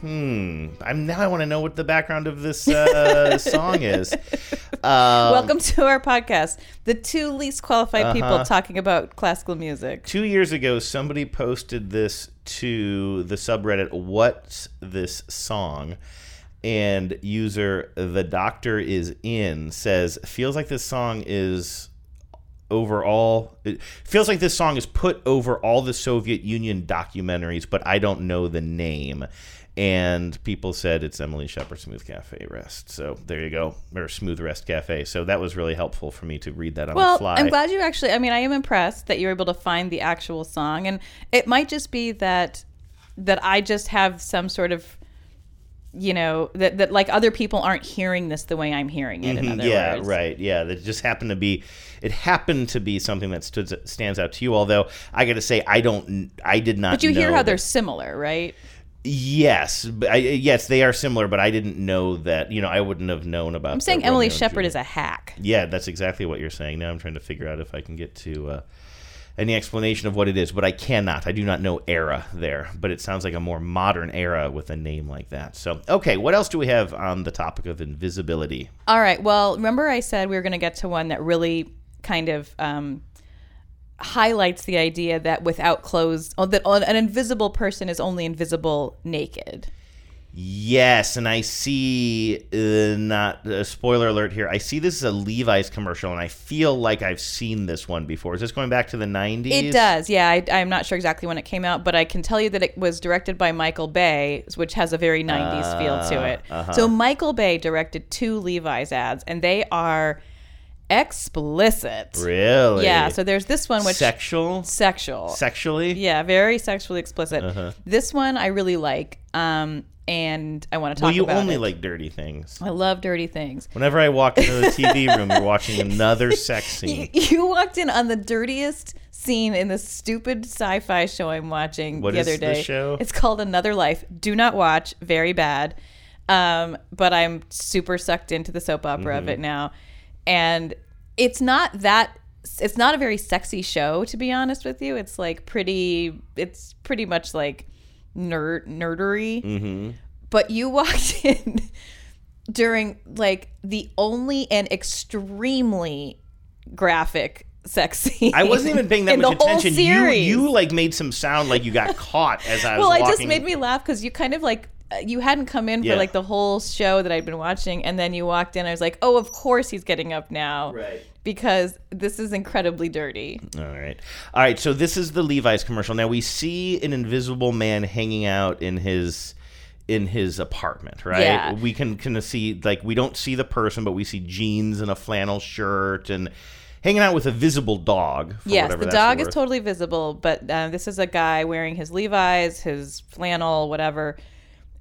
Speaker 5: Hmm. I'm now I want to know what the background of this uh, song is. Um,
Speaker 7: Welcome to our podcast. The two least qualified people
Speaker 5: Uh-huh.
Speaker 7: talking about classical music.
Speaker 5: Two years ago, somebody posted this to the subreddit. What's this song? And user the doctor is in says feels like this song is overall it feels like this song is put over all the Soviet Union documentaries, but I don't know the name. And people said it's Emily Shepard Smooth Cafe Rest. So there you go, or Smooth Rest Cafe. So that was really helpful for me to read that on the
Speaker 7: Well,
Speaker 5: fly.
Speaker 7: I'm glad you actually. I mean, I am impressed that you were able to find the actual song, and it might just be that that I just have some sort of, you know, that that like other people aren't hearing this the way I'm hearing it.
Speaker 5: Mhm,
Speaker 7: In other
Speaker 5: yeah,
Speaker 7: words.
Speaker 5: right. Yeah, that just happened to be, it happened to be something that stood, stands out to you. Although I got to say, I don't, I did not.
Speaker 7: But you hear
Speaker 5: know
Speaker 7: how
Speaker 5: that-
Speaker 7: they're similar, right?
Speaker 5: Yes, but I, yes, they are similar, but I didn't know that. You know, I wouldn't have known about.
Speaker 7: I'm
Speaker 5: the
Speaker 7: saying Emily
Speaker 5: Romeo and
Speaker 7: Shepard is
Speaker 5: Juliet.
Speaker 7: a hack.
Speaker 5: Yeah, that's exactly what you're saying. Now I'm trying to figure out if I can get to uh, any explanation of what it is, but I cannot. I do not know era there, but it sounds like a more modern era with a name like that. So, okay, what else do we have on the topic of invisibility?
Speaker 7: All right. Well, remember I said we were going to get to one that really kind of um, highlights the idea that without clothes, oh, that an invisible person is only invisible naked.
Speaker 5: Yes, and I see uh, not uh, spoiler alert here. I see this is a Levi's commercial, and I feel like I've seen this one before. Is this going back to the '90s?
Speaker 7: It does, yeah. I, I'm not sure exactly when it came out, but I can tell you that it was directed by Michael Bay, which has a very 90s feel to
Speaker 5: Ah,
Speaker 7: it.
Speaker 5: uh-huh.
Speaker 7: So Michael Bay directed two Levi's ads, and they are explicit.
Speaker 5: Really?
Speaker 7: Yeah. So there's this one, which
Speaker 5: sexual,
Speaker 7: sexual,
Speaker 5: sexually.
Speaker 7: yeah, very sexually explicit.
Speaker 5: Uh-huh.
Speaker 7: This one I really like, um, and I want to talk
Speaker 5: Well, you
Speaker 7: about
Speaker 5: only
Speaker 7: it.
Speaker 5: like dirty things.
Speaker 7: I love dirty things.
Speaker 5: Whenever I walk into the TV room, you're watching another sex
Speaker 7: You,
Speaker 5: scene.
Speaker 7: you walked in on the dirtiest scene in the stupid sci-fi show I'm watching
Speaker 5: What
Speaker 7: the
Speaker 5: is
Speaker 7: other
Speaker 5: the
Speaker 7: day.
Speaker 5: show?
Speaker 7: It's called Another Life. Do not watch. Very bad. Um, but I'm super sucked into the soap opera of
Speaker 5: Mm-hmm.
Speaker 10: Mhm.
Speaker 7: it now, and it's not that. It's not a very sexy show, to be honest with you. It's like pretty. It's pretty much like nerd nerdery
Speaker 5: Mm-hmm.
Speaker 7: but you walked in during like the only and extremely graphic sex scene.
Speaker 5: I wasn't even paying that
Speaker 7: in
Speaker 5: much
Speaker 7: the whole
Speaker 5: attention. You,
Speaker 7: series.
Speaker 5: you like made some sound like you got caught as I was
Speaker 7: well, it
Speaker 5: walking.
Speaker 7: just made me laugh because you kind of like uh, you hadn't come in
Speaker 5: Yeah.
Speaker 7: for like the whole show that I'd been watching, and then you walked in. I was like, oh, of course he's getting up now, right? Because this is incredibly dirty.
Speaker 5: All right. All right. So this is the Levi's commercial. Now we see an invisible man hanging out in his in his apartment, right?
Speaker 13: Yeah.
Speaker 5: We can kind of see like we don't see the person, but we see jeans and a flannel shirt and hanging out with a visible dog. For
Speaker 7: Yes,
Speaker 5: whatever
Speaker 7: the
Speaker 5: that's
Speaker 7: dog is
Speaker 5: worth.
Speaker 7: totally visible, but uh, this is a guy wearing his Levi's, his flannel, whatever.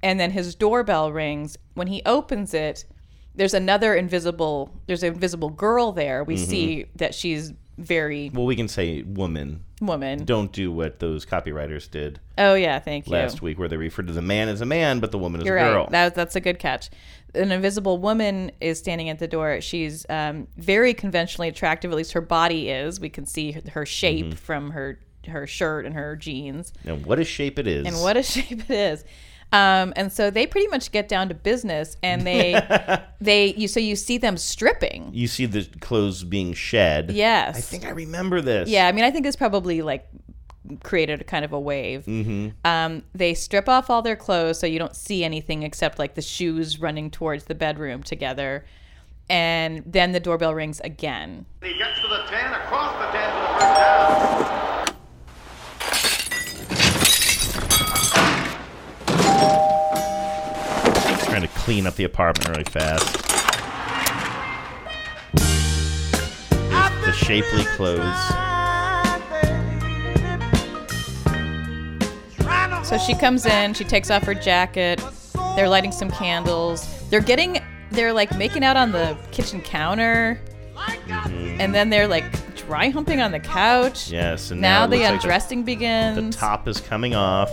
Speaker 7: And then his doorbell rings. When he opens it, there's another invisible. There's an invisible girl there. We
Speaker 5: Mhm.
Speaker 7: see that she's very
Speaker 5: Well, we can say woman.
Speaker 7: woman.
Speaker 5: Don't do what those copywriters did.
Speaker 7: Oh yeah, thank you.
Speaker 5: Last week, where they referred to the man as a man, but the woman as
Speaker 7: You're
Speaker 5: a girl.
Speaker 7: right. That, that's a good catch. An invisible woman is standing at the door. She's um, very conventionally attractive. At least her body is. We can see her, her shape
Speaker 5: Mhm.
Speaker 7: from her her shirt and her jeans.
Speaker 5: and what a shape it is.
Speaker 7: And what a shape it is. Um, and so they pretty much get down to business, and they they you so you see them stripping.
Speaker 5: you see the clothes being shed.
Speaker 7: Yes,
Speaker 5: I think I remember this.
Speaker 7: Yeah, I mean, I think this probably like created a kind of a wave.
Speaker 5: Mm-hmm.
Speaker 7: Um, they strip off all their clothes so you don't see anything except like the shoes running towards the bedroom together. and then the doorbell rings again.
Speaker 8: He gets to the 10, across the 10 to the first down.
Speaker 5: Trying to clean up the apartment really fast. The shapely clothes.
Speaker 7: So she comes in, she takes off her jacket. They're lighting some candles. They're getting, they're like making out on the kitchen counter. And then they're like dry humping on the couch.
Speaker 5: Mm-hmm. Yes, and now
Speaker 7: now,
Speaker 5: it
Speaker 7: the
Speaker 5: looks like the-
Speaker 7: undressing
Speaker 5: The
Speaker 7: begins.
Speaker 5: top is coming off.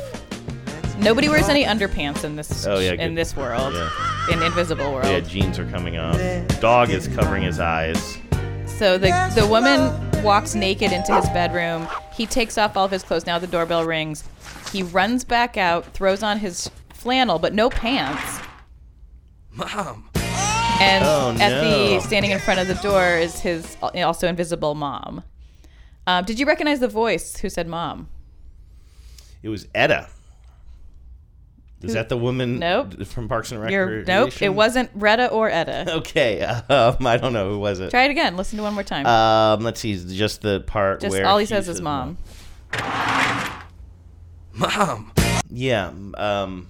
Speaker 7: Nobody wears any underpants in this
Speaker 5: Oh, yeah,
Speaker 7: in
Speaker 5: good.
Speaker 7: this world,
Speaker 5: Yeah.
Speaker 7: in Invisible World.
Speaker 5: Yeah, jeans are coming off. Dog is covering his eyes.
Speaker 7: So the the woman walks naked into his bedroom. He takes off all of his clothes. Now the doorbell rings. He runs back out, throws on his flannel but no pants.
Speaker 13: Mom.
Speaker 7: And
Speaker 13: Oh,
Speaker 7: at
Speaker 13: no.
Speaker 7: the standing in front of the door is his also invisible mom. Um, did you recognize the voice who said mom?
Speaker 5: It was Etta. Is
Speaker 7: Who-
Speaker 5: that the woman
Speaker 7: Nope.
Speaker 5: from Parks and
Speaker 7: You're,
Speaker 5: Recreation?
Speaker 7: nope, it wasn't Retta or Etta.
Speaker 5: Okay, um, I don't know who was it.
Speaker 7: Try it again. Listen to one more time.
Speaker 5: Um, let's see, just the part
Speaker 7: Just
Speaker 5: where
Speaker 7: all he
Speaker 5: she
Speaker 7: says is mom.
Speaker 13: Mom.
Speaker 5: Yeah. Um,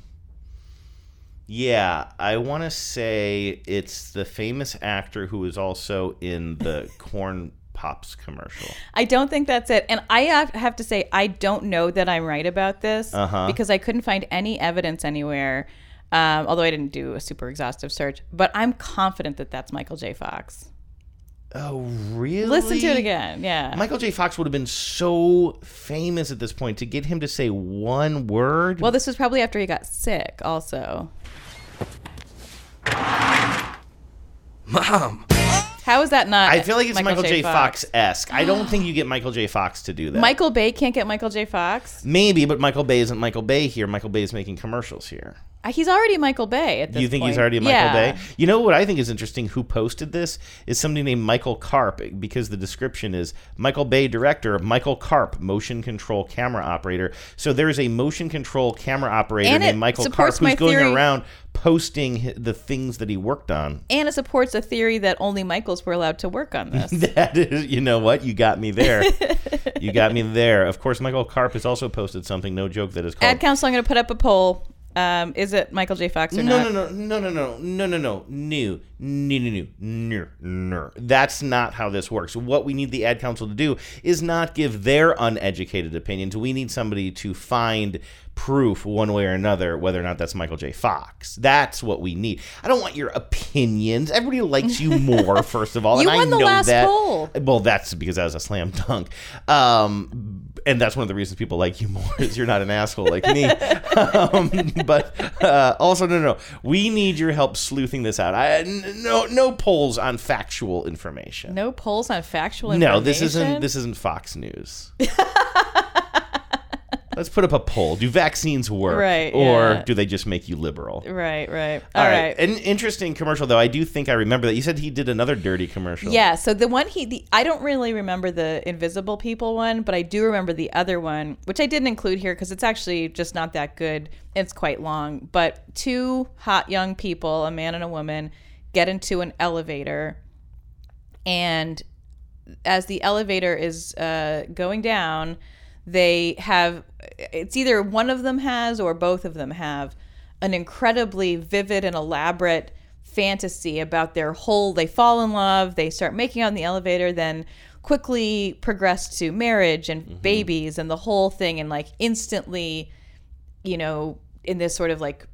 Speaker 5: yeah, I want to say it's the famous actor who is also in the Corn Pops commercial.
Speaker 7: I don't think that's it. And I have- have to say, I don't know that I'm right about this
Speaker 5: Uh-huh.
Speaker 7: because I couldn't find any evidence anywhere. Um, although I didn't do a super exhaustive search, but I'm confident that that's Michael J. Fox.
Speaker 5: Oh, really?
Speaker 7: Listen to it again. Yeah.
Speaker 5: Michael J. Fox would have been so famous at this point to get him to say one word.
Speaker 7: Well, this was probably after he got sick, also.
Speaker 5: Mom.
Speaker 7: How is that not?
Speaker 5: I feel like it's Michael, J. Fox esque. I don't think you get Michael J. Fox to do that.
Speaker 7: Michael Bay can't get Michael J. Fox.
Speaker 5: Maybe, but Michael Bay isn't Michael Bay here. Michael Bay is making commercials here.
Speaker 7: Uh, He's already Michael Bay at this
Speaker 5: you think he's
Speaker 7: point.
Speaker 5: already Michael
Speaker 7: Yeah.
Speaker 5: Bay? You know what I think is interesting? Who posted this is somebody named Michael Carp because the description is Michael Bay director, Michael Carp motion control camera operator. So there is a motion control camera operator
Speaker 7: And
Speaker 5: named
Speaker 7: it
Speaker 5: Michael Carp
Speaker 7: supports
Speaker 5: who's
Speaker 7: my
Speaker 5: going
Speaker 7: theory-
Speaker 5: around posting hi- the things that he worked on.
Speaker 7: And it supports a theory that only Michaels were allowed to work on this.
Speaker 5: That is, you know what? You got me there. you got me there. Of course, Michael Carp has also posted something, no joke, that is called
Speaker 7: Ad council, I'm going to put up a poll. Um, is it Michael J. Fox or
Speaker 5: No,
Speaker 7: not?
Speaker 5: no, no, no, no, no, no, no, no, no, no, no, no, no. That's not how this works. What we need the ad council to do is not give their uneducated opinions. We need somebody to find proof one way or another whether or not that's Michael J. Fox. That's what we need. I don't want your opinions. Everybody likes you more, first of all.
Speaker 7: You
Speaker 5: and
Speaker 7: won
Speaker 5: I
Speaker 7: the
Speaker 5: know
Speaker 7: last
Speaker 5: that.
Speaker 7: poll.
Speaker 5: Well, that's because that was a slam dunk. Um, and that's one of the reasons people like you more is you're not an asshole like me. um, but uh, also, no, no, no. we need your help sleuthing this out. I n- no no polls on factual information.
Speaker 7: No polls on factual information.
Speaker 5: No, this isn't this isn't Fox News. Let's put up a poll. Do vaccines work,
Speaker 7: Right,
Speaker 5: or
Speaker 7: yeah.
Speaker 5: do they just make you liberal?
Speaker 7: Right, right.
Speaker 5: All
Speaker 7: All right.
Speaker 5: right. An interesting commercial, though. I do think I remember that. You said he did another dirty commercial.
Speaker 7: Yeah, so the one he the I don't really remember the invisible people one, but I do remember the other one, which I didn't include here cuz it's actually just not that good. It's quite long, but two hot young people, a man and a woman, get into an elevator and as the elevator is uh, going down, they have it's either one of them has or both of them have an incredibly vivid and elaborate fantasy about their whole they fall in love, they start making out in the elevator, then quickly progress to marriage and babies and the whole thing and like instantly, you know, in this sort of like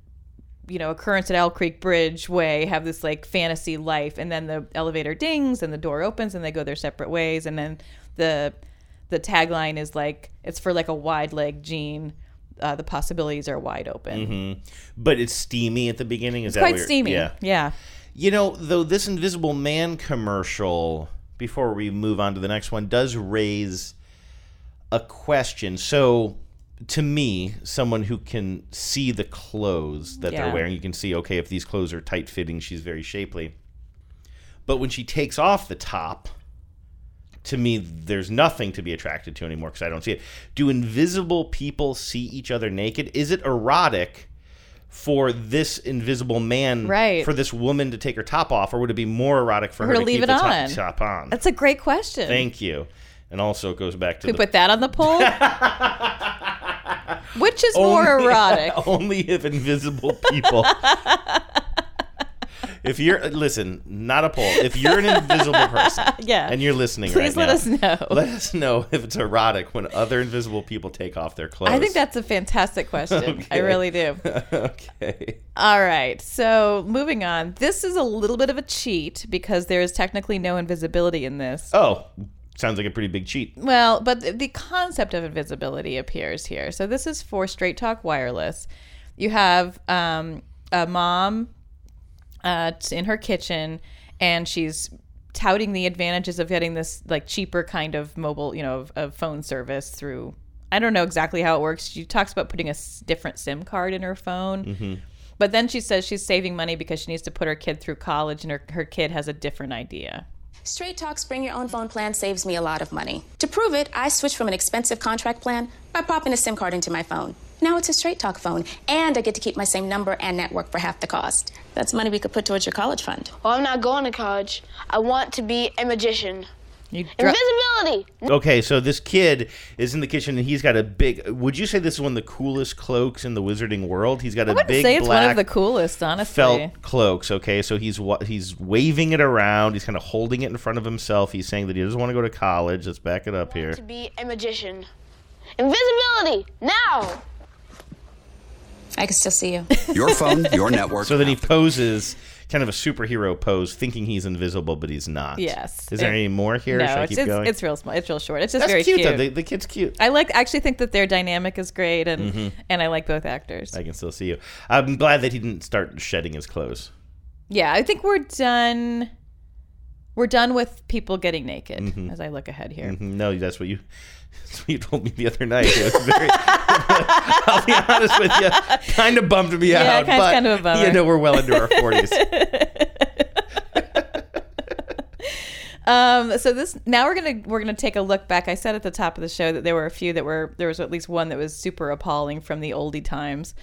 Speaker 7: you know, occurrence at Owl Creek Bridge way have this like fantasy life, and then the elevator dings and the door opens and they go their separate ways, and then the the tagline is like it's for like a wide leg gene. Uh, the possibilities are wide open.
Speaker 5: hmm But it's steamy at the beginning. Is
Speaker 7: It's
Speaker 5: that
Speaker 7: quite
Speaker 5: what you're-
Speaker 7: steamy.
Speaker 5: Yeah.
Speaker 7: yeah.
Speaker 5: You know, though, this Invisible Man commercial, before we move on to the next one, does raise a question. So, to me, someone who can see the clothes that
Speaker 16: Yeah.
Speaker 5: they're wearing, you can see, okay, if these clothes are tight fitting, she's very shapely. But when she takes off the top, to me, there's nothing to be attracted to anymore because I don't see it. Do invisible people see each other naked? Is it erotic for this invisible man,
Speaker 7: Right.
Speaker 5: for this woman to take her top off, or would it be more erotic for
Speaker 7: Or
Speaker 5: her
Speaker 7: to
Speaker 5: to,
Speaker 7: leave
Speaker 5: keep
Speaker 7: it
Speaker 5: the top-
Speaker 7: on.
Speaker 5: top on?
Speaker 7: That's a great question.
Speaker 5: Thank you. And also, it goes back to
Speaker 7: Could we
Speaker 5: the
Speaker 7: put that on the poll? Which is more
Speaker 5: Only-
Speaker 7: erotic?
Speaker 5: only if invisible people. if you're listen, not a poll. If you're an invisible person,
Speaker 7: Yeah.
Speaker 5: and you're listening,
Speaker 7: Please
Speaker 5: right
Speaker 7: let us
Speaker 5: now,
Speaker 7: know.
Speaker 5: Let us know if it's erotic when other invisible people take off their clothes.
Speaker 7: I think that's a fantastic question. I
Speaker 5: Okay.
Speaker 7: really do.
Speaker 5: okay.
Speaker 7: All right. So moving on. This is a little bit of a cheat because there is technically no invisibility in this.
Speaker 5: Oh, sounds like a pretty big cheat.
Speaker 7: Well, but th- the concept of invisibility appears here. So this is for Straight Talk Wireless. You have um, a mom uh, t- in her kitchen, and she's touting the advantages of getting this like cheaper kind of mobile, you know, of, of phone service through. I don't know exactly how it works. She talks about putting a s- different SIM card in her phone.
Speaker 16: Mhm.
Speaker 7: But then she says she's saving money because she needs to put her kid through college, and her, her kid has a different idea.
Speaker 17: Straight Talk's Bring Your Own Phone plan saves me a lot of money. To prove it, I switched from an expensive contract plan by popping a SIM card into my phone. Now it's a Straight Talk phone, and I get to keep my same number and network for half the cost. That's money we could put towards your college fund.
Speaker 18: Well, I'm not going to college. I want to be a magician.
Speaker 7: You
Speaker 18: Invisibility.
Speaker 5: Okay, so this kid is in the kitchen and he's got a big. Would you say this is one of the coolest cloaks in the wizarding world? He's got a
Speaker 7: I wouldn't
Speaker 5: big
Speaker 7: say it's
Speaker 5: black
Speaker 7: one of the coolest, honestly.
Speaker 5: felt cloaks. Okay, so he's wa- he's waving it around. He's kind of holding it in front of himself. He's saying that he doesn't want to go to college. Let's back it up here.
Speaker 18: To be a magician. Invisibility. Now.
Speaker 17: I can still see you.
Speaker 5: Your phone, your network. So then he poses kind of a superhero pose, thinking he's invisible, but he's not.
Speaker 7: Yes.
Speaker 5: Is there
Speaker 7: It-
Speaker 5: any more here?
Speaker 7: No,
Speaker 5: Should I
Speaker 7: it's,
Speaker 5: keep
Speaker 7: it's,
Speaker 5: going?
Speaker 7: it's real small. It's real short. It's just
Speaker 5: That's
Speaker 7: very
Speaker 5: cute,
Speaker 7: cute.
Speaker 5: though. The- the kid's cute.
Speaker 7: I like. Actually, think that their dynamic is great, and
Speaker 5: Mhm.
Speaker 7: and I like both actors.
Speaker 5: I can still see you. I'm glad that he didn't start shedding his clothes.
Speaker 7: yeah, I think we're done. We're done with people getting naked.
Speaker 5: Mhm.
Speaker 7: As I look ahead here,
Speaker 5: Mhm. No, that's what you. That's what you told me the other night. It was very. I'll be honest with you. Kind of bummed me
Speaker 7: Yeah,
Speaker 5: out,
Speaker 7: kinda-
Speaker 5: but
Speaker 7: kind of a bummer.
Speaker 5: you know we're well into our forties.
Speaker 7: um, so this now we're gonna we're gonna take a look back. I said at the top of the show that there were a few that were there was at least one that was super appalling from the oldie times.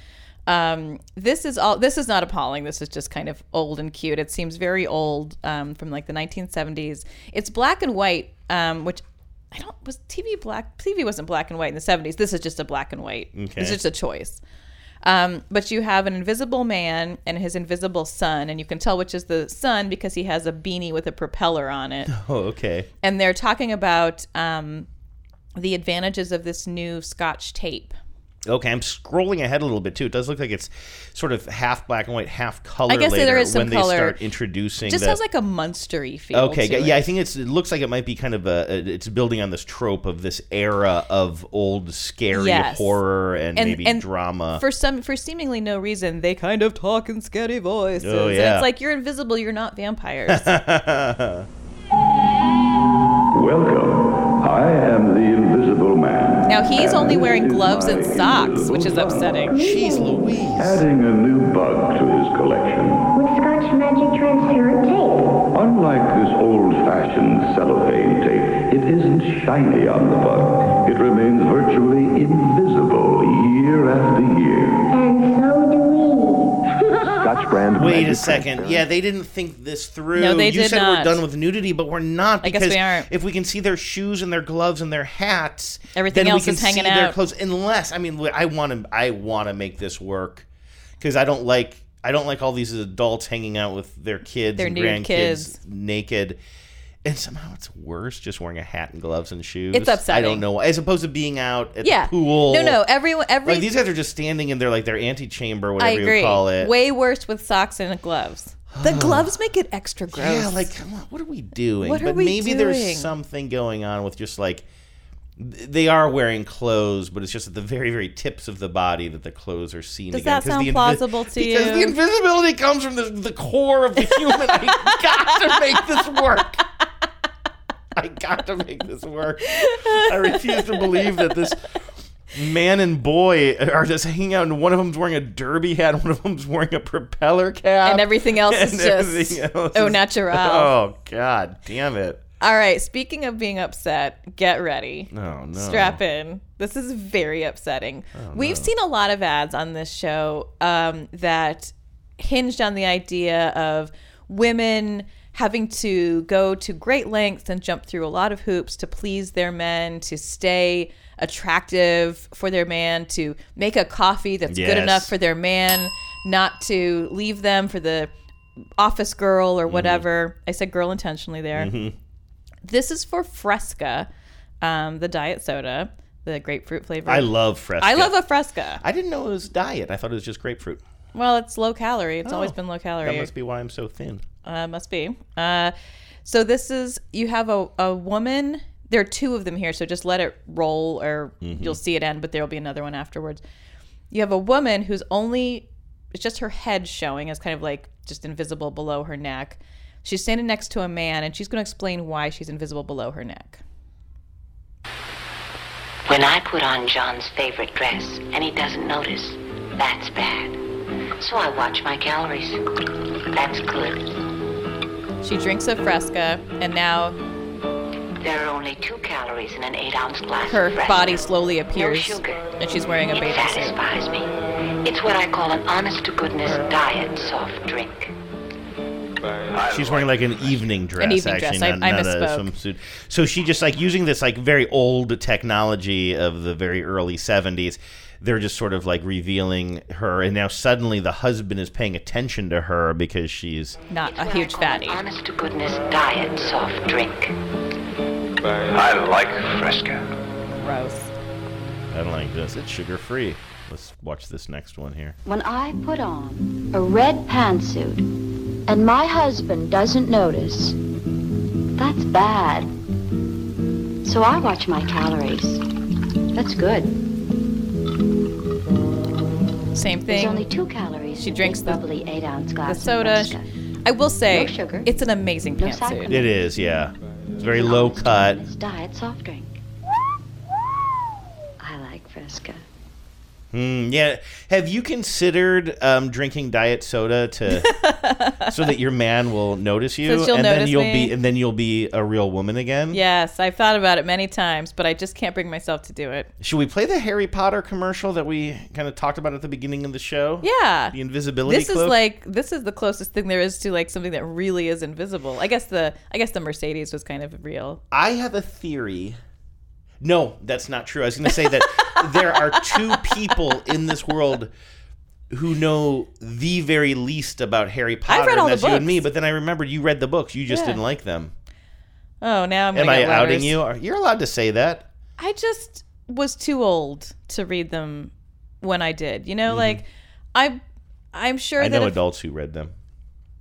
Speaker 7: Um, this is all. This is not appalling. This is just kind of old and cute. It seems very old um, from like the 1970s. It's black and white, um, which I don't was TV black. TV wasn't black and white in the 70s. This is just a black and white.
Speaker 16: Okay.
Speaker 7: It's just a choice. Um, but you have an invisible man and his invisible son, and you can tell which is the son because he has a beanie with a propeller on it.
Speaker 5: Oh, okay.
Speaker 7: And they're talking about um, the advantages of this new Scotch tape.
Speaker 5: Okay, I'm scrolling ahead a little bit too. It does look like it's sort of half black and white, half color.
Speaker 7: I guess
Speaker 5: later
Speaker 7: there is some
Speaker 5: when
Speaker 7: color.
Speaker 5: they start introducing.
Speaker 7: Just
Speaker 5: the,
Speaker 7: has like a Munstery feel.
Speaker 5: Okay,
Speaker 7: to
Speaker 5: yeah,
Speaker 7: it.
Speaker 5: I think it's. It looks like it might be kind of a. It's building on this trope of this era of old scary
Speaker 7: Yes.
Speaker 5: horror and, maybe drama.
Speaker 7: For some, for seemingly no reason, they kind of talk in scary voices.
Speaker 5: Oh,
Speaker 7: And
Speaker 5: yeah.
Speaker 7: it's like you're invisible. You're not vampires.
Speaker 19: Welcome. I am the Invisible Man.
Speaker 7: now he's only wearing gloves and socks, which is upsetting.
Speaker 5: Jeez, Louise.
Speaker 19: Adding a new bug to his collection.
Speaker 20: With Scotch Magic transparent tape.
Speaker 19: Unlike this old-fashioned cellophane tape, it isn't shiny on the bug. It remains virtually invisible year after year.
Speaker 20: And so do we.
Speaker 19: Scotch brand.
Speaker 5: Wait a
Speaker 19: Magic
Speaker 5: second.
Speaker 19: Transparent.
Speaker 5: Yeah, they didn't think this through.
Speaker 7: No, they
Speaker 5: you
Speaker 7: did
Speaker 5: said
Speaker 7: not.
Speaker 5: we're done with nudity, but we're not.
Speaker 7: I guess
Speaker 5: Because
Speaker 7: we aren't.
Speaker 5: If we can see their shoes and their gloves and their hats,
Speaker 7: Everything
Speaker 5: then
Speaker 7: else
Speaker 5: we can
Speaker 7: is hanging
Speaker 5: see Their
Speaker 7: out.
Speaker 5: clothes, unless I mean, wh- I want to. I want to make this work because I don't like. I don't like all these adults hanging out with their kids
Speaker 7: Their
Speaker 5: and
Speaker 7: nude
Speaker 5: grandkids
Speaker 7: kids.
Speaker 5: naked. And somehow it's worse just wearing a hat and gloves and shoes.
Speaker 7: It's upsetting.
Speaker 5: I don't know. why. As opposed to being out at
Speaker 7: yeah.
Speaker 5: the pool.
Speaker 7: No, no. Everyone, every.
Speaker 5: like these guys are just standing in their like their antechamber,
Speaker 7: I
Speaker 5: whatever
Speaker 7: agree.
Speaker 5: you call it.
Speaker 7: Way worse with socks and gloves. The gloves make it extra gross.
Speaker 5: Yeah, like come on, what are we doing?
Speaker 7: What are
Speaker 5: but
Speaker 7: we
Speaker 5: maybe
Speaker 7: doing?
Speaker 5: there's something going on with just like th- they are wearing clothes, but it's just at the very, very tips of the body that the clothes are seen
Speaker 7: Does
Speaker 5: again.
Speaker 7: that
Speaker 5: 'Cause
Speaker 7: sound
Speaker 5: the invi-
Speaker 7: plausible to you?
Speaker 5: because the invisibility comes from the, the core of the human. I got to make this work. I got to make this work. I refuse to believe that this man and boy are just hanging out, and one of them's wearing a derby hat, one of them's wearing a propeller cap,
Speaker 7: And everything else is
Speaker 5: and
Speaker 7: just oh,
Speaker 5: everything else
Speaker 7: au
Speaker 5: is-
Speaker 7: natural.
Speaker 5: Oh god, damn it!
Speaker 7: All right. Speaking of being upset, get ready.
Speaker 5: Oh, no.
Speaker 7: Strap in. This is very upsetting.
Speaker 5: Oh,
Speaker 7: We've
Speaker 5: no.
Speaker 7: seen a lot of ads on this show um, that hinged on the idea of women having to go to great lengths and jump through a lot of hoops to please their men, to stay attractive for their man, to make a coffee that's good
Speaker 16: Yes.
Speaker 7: enough for their man, not to leave them for the office girl or
Speaker 5: Mm-hmm.
Speaker 7: whatever. I said girl intentionally there.
Speaker 5: Mhm.
Speaker 7: This is for Fresca, um, the diet soda, the grapefruit flavor.
Speaker 5: I love Fresca.
Speaker 7: I love a Fresca.
Speaker 5: I didn't know it was diet. I thought it was just grapefruit.
Speaker 7: Well, it's low calorie. It's always
Speaker 5: Oh,
Speaker 7: been low calorie.
Speaker 5: That must be why I'm so thin.
Speaker 7: Uh, must be. Uh, so this is you have a, a woman. There are two of them here, so just let it roll, or
Speaker 5: Mhm.
Speaker 7: you'll see it end. But there will be another one afterwards. You have a woman who's only it's just her head showing. It's kind of like just invisible below her neck. She's standing next to a man, and she's going to explain why she's invisible below her neck.
Speaker 21: When I put on John's favorite dress and he doesn't notice, that's bad. So I watch my calories. That's good.
Speaker 7: She drinks a Fresca, and now
Speaker 21: There are only two calories in an eight ounce glass.
Speaker 7: her
Speaker 21: of fresh
Speaker 7: body
Speaker 21: milk.
Speaker 7: slowly appears,
Speaker 21: No sugar.
Speaker 7: and she's wearing a
Speaker 21: It
Speaker 7: bathing suit.
Speaker 21: satisfies me. It's what I call an honest to goodness diet soft drink.
Speaker 5: She's wearing like an evening dress,
Speaker 21: evening
Speaker 5: actually,
Speaker 21: dress. I-
Speaker 5: not,
Speaker 21: I
Speaker 5: not a
Speaker 21: misspoke.
Speaker 5: swimsuit. So she just like using this like very old technology of the very early '70s. They're just sort of like revealing her, and now suddenly the husband is paying attention to her because she's
Speaker 7: Not a huge fatty.
Speaker 21: Honest to goodness diet soft drink.
Speaker 22: I like Fresca.
Speaker 7: Gross.
Speaker 5: I don't like this. It's sugar free. Let's watch this next one here.
Speaker 23: When I put on a red pantsuit and my husband doesn't notice, that's bad. So I watch my calories. That's good.
Speaker 7: Same
Speaker 23: There's
Speaker 7: thing.
Speaker 23: only two calories.
Speaker 7: She drinks the
Speaker 23: bubbly eight ounce glass. of
Speaker 7: the soda.
Speaker 23: Fresca.
Speaker 7: I will say,
Speaker 23: No sugar.
Speaker 7: it's an amazing
Speaker 23: No
Speaker 7: pantsuit.
Speaker 23: saccharin.
Speaker 5: It is, yeah. It's very low cut.
Speaker 23: It's diet soft drink. I like Fresca.
Speaker 5: Mm, yeah. Have you considered um, drinking diet soda to so that your man will notice you,
Speaker 7: So she'll
Speaker 5: and then
Speaker 7: notice
Speaker 5: you'll
Speaker 7: me.
Speaker 5: be and then you'll be a real woman again?
Speaker 7: Yes, I've thought about it many times, but I just can't bring myself to do it.
Speaker 5: Should we play the Harry Potter commercial that we kind of talked about at the beginning of the show?
Speaker 7: Yeah.
Speaker 5: The invisibility
Speaker 7: this
Speaker 5: cloak?
Speaker 7: is like this is the closest thing there is to like something that really is invisible. I guess the I guess the Mercedes was kind of real.
Speaker 5: I have a theory. No, that's not true. I was going to say that there are two people in this world who know the very least about Harry Potter.
Speaker 7: read all
Speaker 5: and
Speaker 7: the
Speaker 5: that's you and me. But then I remembered you read the books. You just
Speaker 7: Yeah.
Speaker 5: didn't like them.
Speaker 7: Oh, now I'm.
Speaker 5: Am
Speaker 7: gonna
Speaker 5: I
Speaker 7: get
Speaker 5: outing
Speaker 7: letters.
Speaker 5: you? Are- You're allowed to say that.
Speaker 7: I just was too old to read them when I did. You know, like I I'm sure
Speaker 5: Mm-hmm. I
Speaker 7: that
Speaker 5: know
Speaker 7: if- Oh.
Speaker 5: adults who read them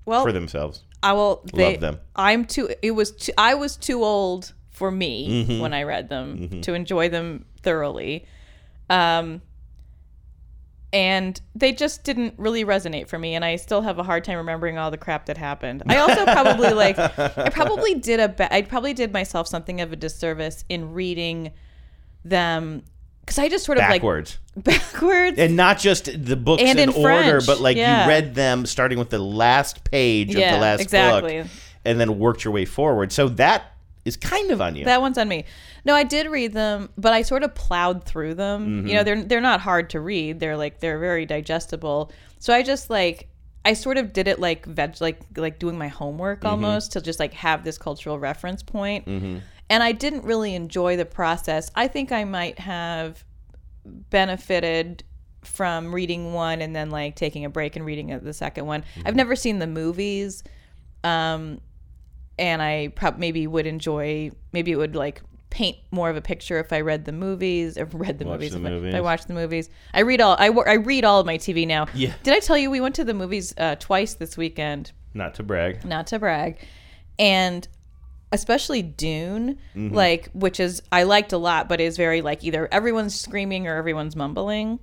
Speaker 7: well
Speaker 5: for themselves.
Speaker 7: I will they,
Speaker 5: Love them.
Speaker 7: I'm too. It was too, I was too old for me
Speaker 5: Mhm.
Speaker 7: when I read them
Speaker 5: Mhm.
Speaker 7: to enjoy them thoroughly, um, and they just didn't really resonate for me. And I still have a hard time remembering all the crap that happened. I also probably like I probably did a ba- I probably did myself something of a disservice in reading them because I just sort of
Speaker 5: backwards.
Speaker 7: like backwards.
Speaker 5: and not just the books
Speaker 7: And
Speaker 5: in,
Speaker 7: in
Speaker 5: order,
Speaker 7: French,
Speaker 5: but like
Speaker 7: yeah.
Speaker 5: you read them starting with the last page of
Speaker 7: Yeah,
Speaker 5: the last
Speaker 7: exactly.
Speaker 5: book, and then worked your way forward. So that is kind of on you.
Speaker 7: That one's on me. No, I did read them, but I sort of plowed through them.
Speaker 5: Mhm.
Speaker 7: You know, they're they're not hard to read. They're like they're very digestible. So I just like I sort of did it like veg like like doing my homework
Speaker 16: Mhm.
Speaker 7: almost to just like have this cultural reference point.
Speaker 16: Mm-hmm.
Speaker 7: And I didn't really enjoy the process. I think I might have benefited from reading one and then like taking a break and reading the second one. I've never seen the movies. Um, and I prob- maybe would enjoy, maybe it would like paint more of a picture if I read the movies or read the
Speaker 5: Watch
Speaker 7: movies.
Speaker 5: the
Speaker 7: if I-
Speaker 5: movies.
Speaker 7: If I watched the movies. I read all, I, wa- I read all of my TV now.
Speaker 5: Yeah.
Speaker 7: Did I tell you we went to the movies uh, twice this weekend?
Speaker 5: Not to brag.
Speaker 7: not to brag and especially dune
Speaker 5: Mhm.
Speaker 7: like which is i liked a lot but is very like either everyone's screaming or everyone's mumbling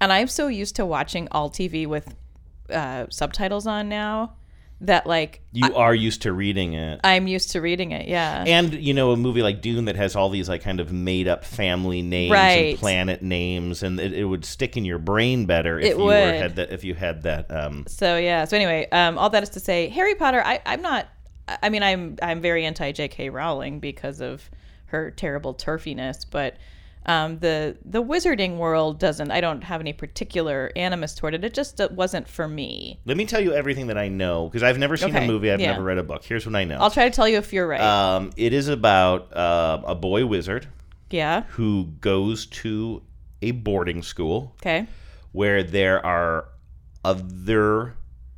Speaker 7: and i'm so used to watching all tv with uh, subtitles on now that like
Speaker 5: You are used to reading it.
Speaker 7: i'm used to reading it yeah
Speaker 5: and you know a movie like Dune that has all these like kind of made up family names
Speaker 7: Right.
Speaker 5: and planet names, and it, it would stick in your brain better if
Speaker 7: It
Speaker 5: you
Speaker 7: would.
Speaker 5: Were, had that if you had that. Um,
Speaker 7: so yeah so anyway um, all that is to say harry potter I, i'm not I mean, I'm I'm very anti J.K. Rowling because of her terrible turfiness, but um, the the wizarding world doesn't. I don't have any particular animus toward it. It just uh, wasn't for me.
Speaker 5: Let me tell you everything that I know because I've never seen
Speaker 7: Okay,
Speaker 5: a movie. I've
Speaker 7: yeah.
Speaker 5: never read a book. Here's what I know.
Speaker 7: I'll try to tell you if you're right.
Speaker 5: Um, it is about uh, a boy wizard
Speaker 7: yeah.
Speaker 5: who goes to a boarding school
Speaker 7: Okay.
Speaker 5: where there are other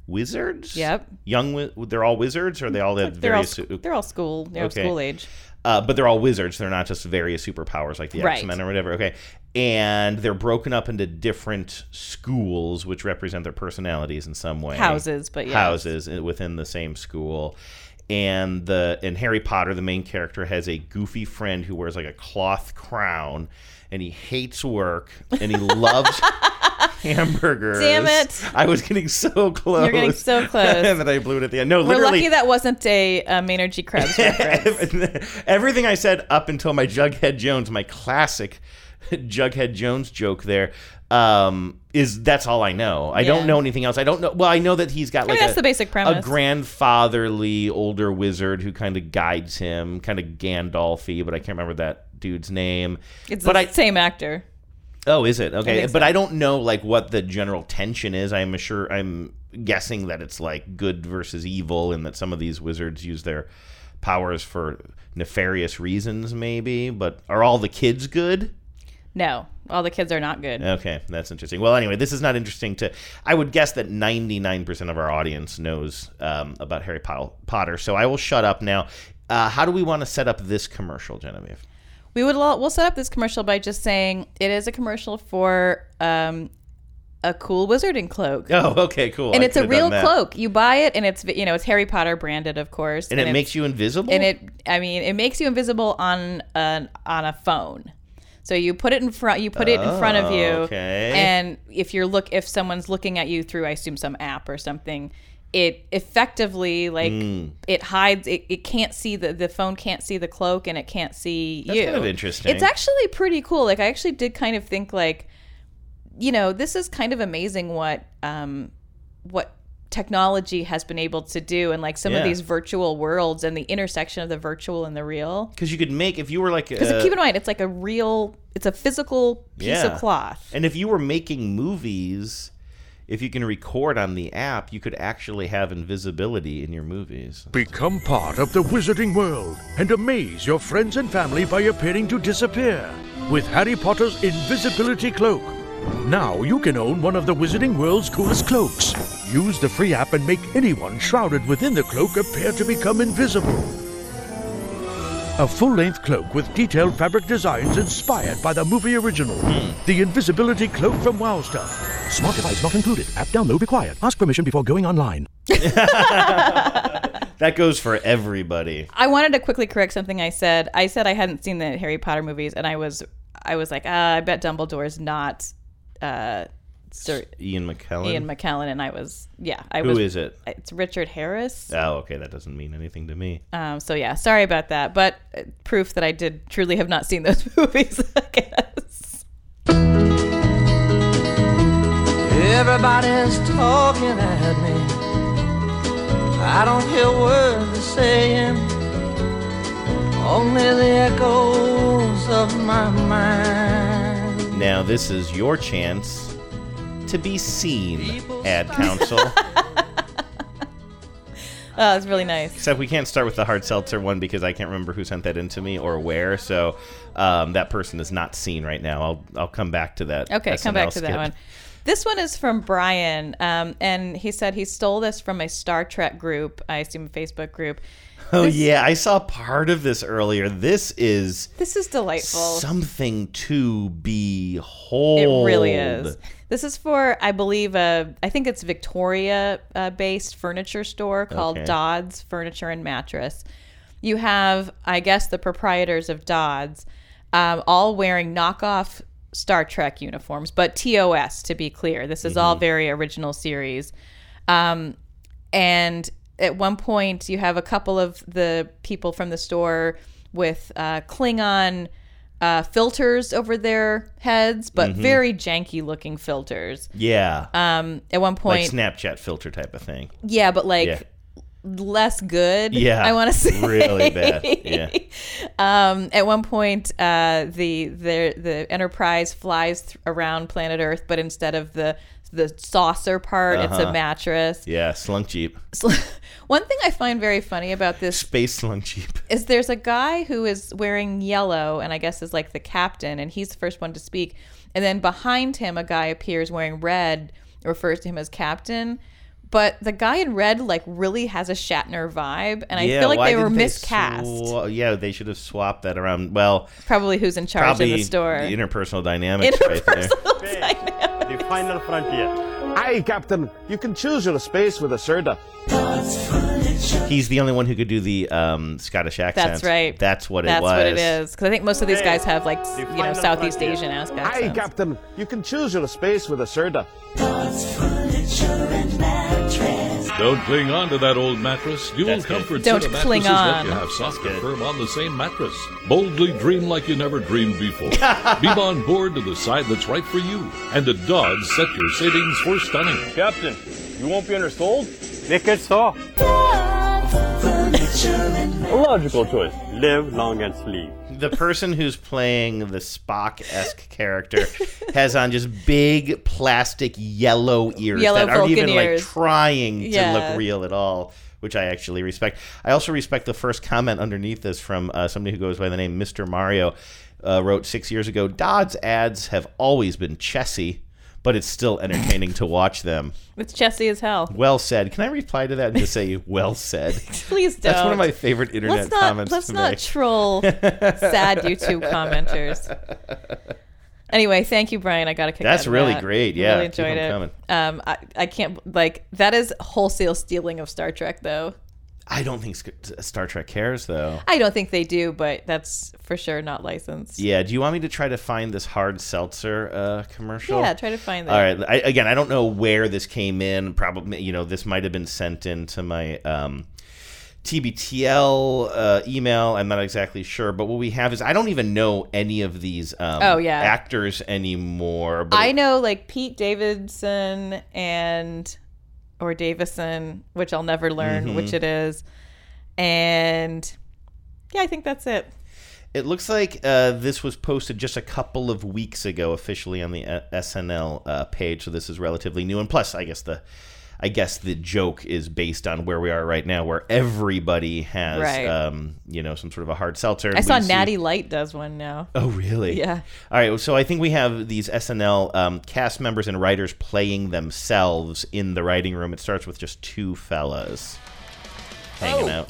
Speaker 5: wizards.
Speaker 7: Yep.
Speaker 5: Young, wi- they're all wizards, or they all have
Speaker 7: They're all
Speaker 5: various.
Speaker 7: sc- they're all school. They're all
Speaker 5: Okay.
Speaker 7: school age.
Speaker 5: Uh, but they're all wizards. They're not just various superpowers like the
Speaker 7: Right.
Speaker 5: X Men or whatever. Okay. And they're broken up into different schools, which represent their personalities in some way.
Speaker 7: Houses, but yes.
Speaker 5: Houses i- within the same school. And the and Harry Potter, the main character, has a goofy friend who wears like a cloth crown, and he hates work and he loves hamburgers.
Speaker 7: Damn it.
Speaker 5: I was getting so close.
Speaker 7: You're getting so close.
Speaker 5: and then I blew it at the end. No,
Speaker 7: We're
Speaker 5: literally,
Speaker 7: lucky that wasn't a uh, Maynard G. Krebs reference.
Speaker 5: Everything I said up until my Jughead Jones, my classic Jughead Jones joke there, um, is that's all I know. I
Speaker 7: Yeah.
Speaker 5: don't know anything else. I don't know. Well, I know that he's got
Speaker 7: mean,
Speaker 5: like
Speaker 7: that's
Speaker 5: a,
Speaker 7: the basic premise.
Speaker 5: a grandfatherly older wizard who kind of guides him, kind of Gandalfy, but I can't remember that dude's name.
Speaker 7: It's
Speaker 5: but
Speaker 7: the
Speaker 5: I
Speaker 7: same actor.
Speaker 5: Oh, is it?
Speaker 7: I
Speaker 5: Okay.
Speaker 7: think
Speaker 5: But
Speaker 7: so.
Speaker 5: I don't know like what the general tension is. I'm sure I'm guessing that it's like good versus evil and that some of these wizards use their powers for nefarious reasons maybe, but are all the kids good?
Speaker 7: No, all the kids are not good.
Speaker 5: Okay, that's interesting. Well, anyway, this is not interesting to I would guess that 99% of our audience knows um, about Harry Pot- Potter. So I will shut up now. Uh, how do we want to set up this commercial, Genevieve?
Speaker 7: We would lo- we'll set up this commercial by just saying it is a commercial for um, a cool wizarding cloak.
Speaker 5: Oh, okay, cool.
Speaker 7: and
Speaker 5: I
Speaker 7: it's a
Speaker 5: could've done
Speaker 7: real
Speaker 5: that.
Speaker 7: cloak. You buy it, and it's you know it's Harry Potter branded, of course.
Speaker 5: And, it
Speaker 7: it's-
Speaker 5: makes you invisible?
Speaker 7: And it, I mean, it makes you invisible on an on a phone. So you put it in front, you put it in front of you,
Speaker 5: Oh, okay.
Speaker 7: and if you're look, if someone's looking at you through, I assume some app or something, it effectively like
Speaker 5: Mm.
Speaker 7: it hides. It, it can't see the the phone can't see the cloak, and it can't see
Speaker 5: That's
Speaker 7: you.
Speaker 5: kind of interesting.
Speaker 7: It's actually pretty cool. Like I actually did kind of think like, you know, this is kind of amazing what um what technology has been able to do and like some of
Speaker 5: Yeah.
Speaker 7: these virtual worlds and the intersection of the virtual and the real
Speaker 5: Because you could make if you were like
Speaker 7: because
Speaker 5: uh,
Speaker 7: keep in mind it's like a real it's a physical piece
Speaker 5: yeah.
Speaker 7: of cloth
Speaker 5: And if you were making movies, if you can record on the app, you could actually have invisibility in your movies.
Speaker 6: Become part of the wizarding world and amaze your friends and family by appearing to disappear with Harry Potter's invisibility cloak. Now you can own one of the wizarding world's coolest cloaks. Use the free app and make anyone shrouded within the cloak appear to become invisible. A full length cloak with detailed fabric designs inspired by the movie original. The invisibility cloak from Wow Stuff. Smart device not included. App download required. Ask permission before going online.
Speaker 5: That goes for everybody.
Speaker 7: I wanted to quickly correct something I said. I said I hadn't seen the Harry Potter movies, and I was I was like, ah, I bet Dumbledore's not uh, Sir
Speaker 5: Ian McKellen.
Speaker 7: Ian McKellen, and I was yeah, I
Speaker 5: Who
Speaker 7: was.
Speaker 5: is it?
Speaker 7: It's Richard Harris.
Speaker 5: Oh, okay, that doesn't mean anything to me.
Speaker 7: Um, so yeah, sorry about that, but uh, proof that I did truly have not seen those movies. I guess.
Speaker 1: Everybody's talking at me. I don't hear words they're saying, only the echoes of my mind.
Speaker 5: Now this is your chance to be seen, Ad Council.
Speaker 7: Oh, that's really nice.
Speaker 5: Except we can't start with the hard seltzer one because I can't remember who sent that in to me or where. So um, that person is not seen right now. I'll I'll come back to that.
Speaker 7: Okay, come back
Speaker 5: SNL
Speaker 7: to
Speaker 5: skit.
Speaker 7: that one. This one is from Brian, um, and he said he stole this from a Star Trek group, I assume a Facebook group.
Speaker 5: Oh
Speaker 7: This-
Speaker 5: yeah, I saw part of this earlier. This is
Speaker 7: This is delightful.
Speaker 5: something to behold.
Speaker 7: It really is. This is for, I believe, a I think it's Victoria-based furniture store called
Speaker 5: Okay.
Speaker 7: Dodds Furniture and Mattress. You have, I guess, the proprietors of Dodds, um, all wearing knockoff Star Trek uniforms, but TOS to be clear. This is all very original series. Um, and at one point, you have a couple of the people from the store with uh, Klingon uh, filters over their heads, but
Speaker 5: Mhm.
Speaker 7: very janky looking filters.
Speaker 5: Yeah.
Speaker 7: Um, at one point,
Speaker 5: Like Snapchat filter type of thing.
Speaker 7: yeah, but like
Speaker 5: Yeah.
Speaker 7: less good.
Speaker 5: Yeah,
Speaker 7: I want to say
Speaker 5: really bad. Yeah.
Speaker 7: Um, at one point, uh, the the the Enterprise flies th- around planet Earth, but instead of the the saucer part, it's
Speaker 5: Uh-huh.
Speaker 7: a mattress.
Speaker 5: Yeah, slunk jeep,
Speaker 7: Sl- One thing I find very funny about this
Speaker 5: space slunk jeep.
Speaker 7: is there's a guy who is wearing yellow and I guess is like the captain and he's the first one to speak. And then behind him a guy appears wearing red, refers to him as captain. But the guy in red like really has a Shatner vibe and I
Speaker 5: yeah,
Speaker 7: feel like
Speaker 5: why
Speaker 7: they were
Speaker 5: didn't
Speaker 7: miscast.
Speaker 5: swa- yeah, they should have swapped that around. Well,
Speaker 7: Probably who's in charge
Speaker 5: probably
Speaker 7: in the store.
Speaker 5: interpersonal dynamics right there.
Speaker 2: The final frontier. Aye, Captain. You can choose your space with a soda.
Speaker 5: He's the only one who could do the um, Scottish accent.
Speaker 7: That's right.
Speaker 5: That's what
Speaker 7: That's
Speaker 5: it was.
Speaker 7: what it is. Because I think most of these guys have like s- you know Southeast Asian ass
Speaker 2: Aye,
Speaker 7: accents.
Speaker 2: Captain. You can choose your space with a soda.
Speaker 3: Don't cling on to that old mattress. Dual Comfort
Speaker 7: Don't
Speaker 3: Center
Speaker 7: cling
Speaker 3: mattresses let
Speaker 7: on.
Speaker 3: you have soft and firm on the same mattress. Boldly dream like you never dreamed before. Beam on board to the side that's right for you. And at Dodge, set your savings for stunning. Captain, you won't be undersold? Make it so.
Speaker 2: Logical choice. Live long and sleep.
Speaker 5: The person who's playing the Spock esque character has on just big plastic yellow ears
Speaker 7: Yellow
Speaker 5: that aren't
Speaker 7: Vulcan
Speaker 5: even
Speaker 7: ears.
Speaker 5: like trying to
Speaker 7: Yeah.
Speaker 5: look real at all, which I actually respect. I also respect the first comment underneath this from uh, somebody who goes by the name Mr. Mario. Uh, wrote six years ago, Dodd's ads have always been chessy, but it's still entertaining to watch them.
Speaker 7: It's chessy as hell.
Speaker 5: Well said. Can I reply to that and just say, well said?
Speaker 7: Please don't.
Speaker 5: That's one of my favorite internet
Speaker 7: let's not,
Speaker 5: comments
Speaker 7: Let's
Speaker 5: to
Speaker 7: not
Speaker 5: make.
Speaker 7: troll sad YouTube commenters. Anyway, thank you, Brian. I got a kick.
Speaker 5: That's
Speaker 7: out of
Speaker 5: really
Speaker 7: that.
Speaker 5: great. Yeah,
Speaker 7: really
Speaker 5: keep 'em
Speaker 7: enjoyed it.
Speaker 5: coming.
Speaker 7: Um, I, I can't like that is wholesale stealing of Star Trek, though.
Speaker 5: I don't think Sc- Star Trek cares, though.
Speaker 7: I don't think they do, but that's for sure not licensed.
Speaker 5: Yeah. Do you want me to try to find this hard seltzer uh, commercial?
Speaker 7: Yeah, try to find that.
Speaker 5: All right. I, again, I don't know where this came in. Probably, you know, this might have been sent into my um, TBTL uh, email. I'm not exactly sure. But what we have is I don't even know any of these um,
Speaker 7: Oh, yeah.
Speaker 5: actors anymore. But
Speaker 7: I know like Pete Davidson and or Davison, which I'll never learn
Speaker 5: Mhm.
Speaker 7: which it is, and yeah, I think that's it.
Speaker 5: It looks like uh, this was posted just a couple of weeks ago, officially on the uh, SNL uh, page. So this is relatively new, and plus, I guess the, I guess the joke is based on where we are right now, where everybody has,
Speaker 7: Right.
Speaker 5: um, you know, some sort of a hard seltzer.
Speaker 7: I saw
Speaker 5: We see-
Speaker 7: Natty Light does one now.
Speaker 5: Oh, really?
Speaker 7: Yeah.
Speaker 5: All right. So I think we have these SNL um, cast members and writers playing themselves in the writing room. It starts with just two fellas hanging
Speaker 16: Oh.
Speaker 5: out.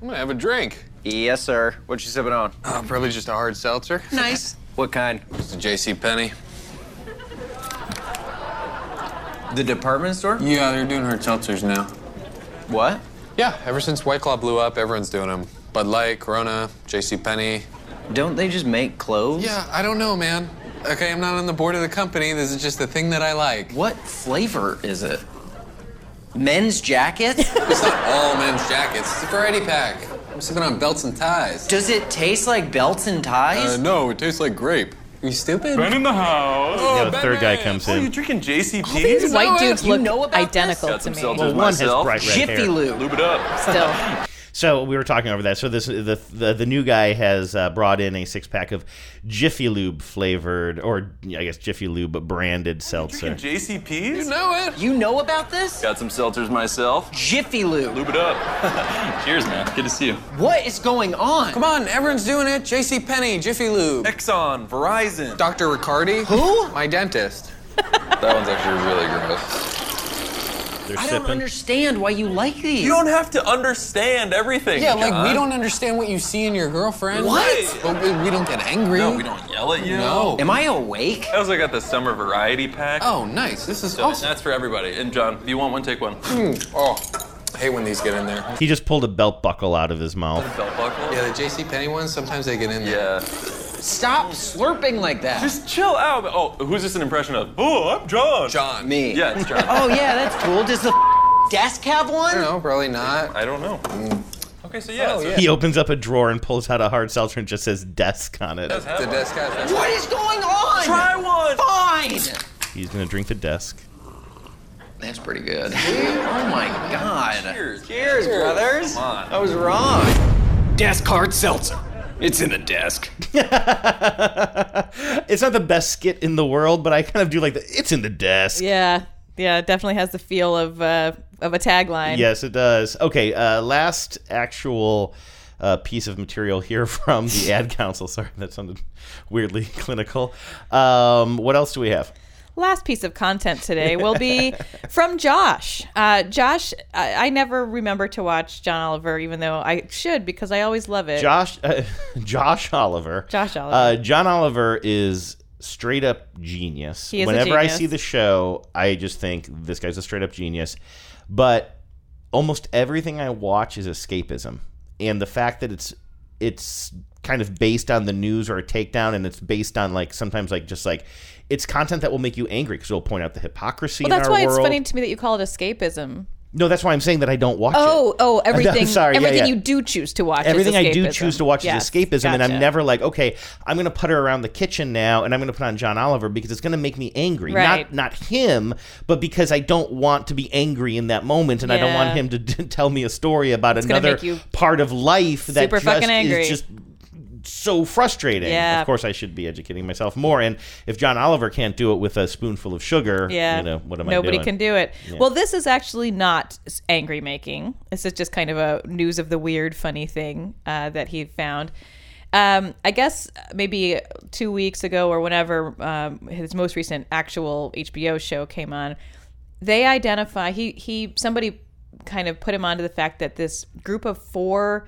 Speaker 16: I'm gonna have a drink. Yes, sir. What you sipping on? Oh, probably just a hard seltzer. Nice. What kind? Just a J.C. Penney. The department store? Yeah, they're doing hard seltzers now. What? Yeah, ever since White Claw blew up, everyone's doing them. Bud Light, Corona, J.C. Penney. Don't they just make clothes? Yeah, I don't know, man. Okay, I'm not on the board of the company. This is just the thing that I like. What flavor is it? Men's jackets? it's not all men's jackets. It's a variety pack. I'm sipping on belts and ties. Does it taste like belts and ties? Uh, no, it tastes like grape. you stupid?
Speaker 5: Ben in the
Speaker 16: house.
Speaker 5: yeah, the third guy comes in.
Speaker 16: drinking JCP?
Speaker 7: These white dudes
Speaker 16: you
Speaker 7: look
Speaker 16: know
Speaker 7: identical to me.
Speaker 5: Well, one has bright red hair.
Speaker 16: Lube it up.
Speaker 7: Still.
Speaker 5: So we were talking over that. So this the the, the new guy has uh, brought in a six pack of Jiffy Lube flavored, or I guess Jiffy Lube branded seltzer.
Speaker 16: JCP's? You know it. You know about this?
Speaker 24: Got some seltzers myself.
Speaker 16: Jiffy Lube.
Speaker 24: Lube it up. Cheers, man. Good to see you.
Speaker 16: What is going on? Come on, everyone's doing it. J.C. Penney, Jiffy Lube, Exxon, Verizon, Dr. Riccardi. Who? My dentist. that one's actually really gross.
Speaker 24: They're
Speaker 16: I don't understand why you like these.
Speaker 24: You don't have to understand everything.
Speaker 16: Yeah, like we
Speaker 24: John.
Speaker 16: don't understand what you see in your girlfriend.
Speaker 24: What?
Speaker 16: But we, we don't get angry.
Speaker 24: No, we don't yell at you.
Speaker 16: No. Am I awake?
Speaker 24: I also got the summer variety pack.
Speaker 16: Oh, nice. This is
Speaker 24: so
Speaker 16: awesome.
Speaker 24: That's for everybody. And John, if you want one, take one.
Speaker 16: Mm, Oh, I hate when these get in there.
Speaker 5: He just pulled a belt buckle out of his mouth.
Speaker 16: belt buckle? Yeah, the J.C. Penney ones. Sometimes they get in there. Yeah. Stop slurping like that.
Speaker 24: Just chill out. Oh, who's this an impression of? Oh, I'm John. John.
Speaker 16: Me.
Speaker 24: Yeah, it's John.
Speaker 16: oh yeah, that's cool. Does the desk have one? No, probably not. I don't know.
Speaker 24: Okay, so yeah.
Speaker 16: Oh,
Speaker 24: so-
Speaker 5: He opens up a drawer and pulls out a hard seltzer and just says desk on it.
Speaker 16: The desk has. What is going on?
Speaker 24: Try one.
Speaker 16: Fine.
Speaker 5: He's gonna drink the desk.
Speaker 16: That's pretty good. oh my god. Cheers,
Speaker 4: Cheers, brothers.
Speaker 16: Come on. I was wrong.
Speaker 4: Desk hard seltzer. It's in the desk.
Speaker 5: It's not the best skit in the world, but I kind of do like the. It's in the desk.
Speaker 7: Yeah, yeah, it definitely has the feel of uh, of a tagline.
Speaker 5: Yes, it does. Okay, uh, last actual uh, piece of material here from the ad council. Sorry, that sounded weirdly clinical. Um, what else do we have?
Speaker 7: Last piece of content today will be from Josh. Uh, Josh, I, I never remember to watch John Oliver, even though I should because I always love it.
Speaker 5: Josh, uh, Josh Oliver.
Speaker 7: Josh Oliver.
Speaker 5: Uh, John Oliver is straight up genius.
Speaker 7: He is a
Speaker 5: Whenever I
Speaker 7: genius.
Speaker 5: see the show, I just think this guy's a straight up genius. But almost everything I watch is escapism, and the fact that it's it's kind of based on the news or a takedown, and it's based on like sometimes like just like it's content that will make you angry because it'll point out the hypocrisy.
Speaker 7: well, that's
Speaker 5: in our
Speaker 7: why
Speaker 5: world.
Speaker 7: it's funny to me that you call it escapism.
Speaker 5: No, that's why I'm saying that I don't watch it.
Speaker 7: oh, oh, everything.
Speaker 5: sorry, yeah,
Speaker 7: everything
Speaker 5: yeah.
Speaker 7: you do choose to watch.
Speaker 5: Everything
Speaker 7: is
Speaker 5: I do
Speaker 7: escapism.
Speaker 5: choose to watch
Speaker 7: Yes,
Speaker 5: is escapism, and I'm
Speaker 7: gotcha.
Speaker 5: never like, okay, I'm going to put her around the kitchen now, and I'm going to put on John Oliver because it's going to make me angry.
Speaker 7: Right.
Speaker 5: Not not him, but because I don't want to be angry in that moment, and I don't want
Speaker 7: Yeah.
Speaker 5: him to d- tell me a story about
Speaker 7: It's gonna
Speaker 5: another
Speaker 7: make you
Speaker 5: part of life that
Speaker 7: super
Speaker 5: just
Speaker 7: fucking angry.
Speaker 5: is just so frustrating.
Speaker 7: Yeah.
Speaker 5: Of course, I should be educating myself more. And if John Oliver can't do it with a spoonful of sugar,
Speaker 7: Yeah.
Speaker 5: you know, what am
Speaker 7: Nobody
Speaker 5: I doing?
Speaker 7: can do it.
Speaker 5: Yeah.
Speaker 7: Well, this is actually not s- angry making. This is just kind of a news of the weird, funny thing uh, that he found. Um, I guess maybe two weeks ago or whenever um, his most recent actual HBO show came on, they identify he he somebody kind of put him onto the fact that this group of four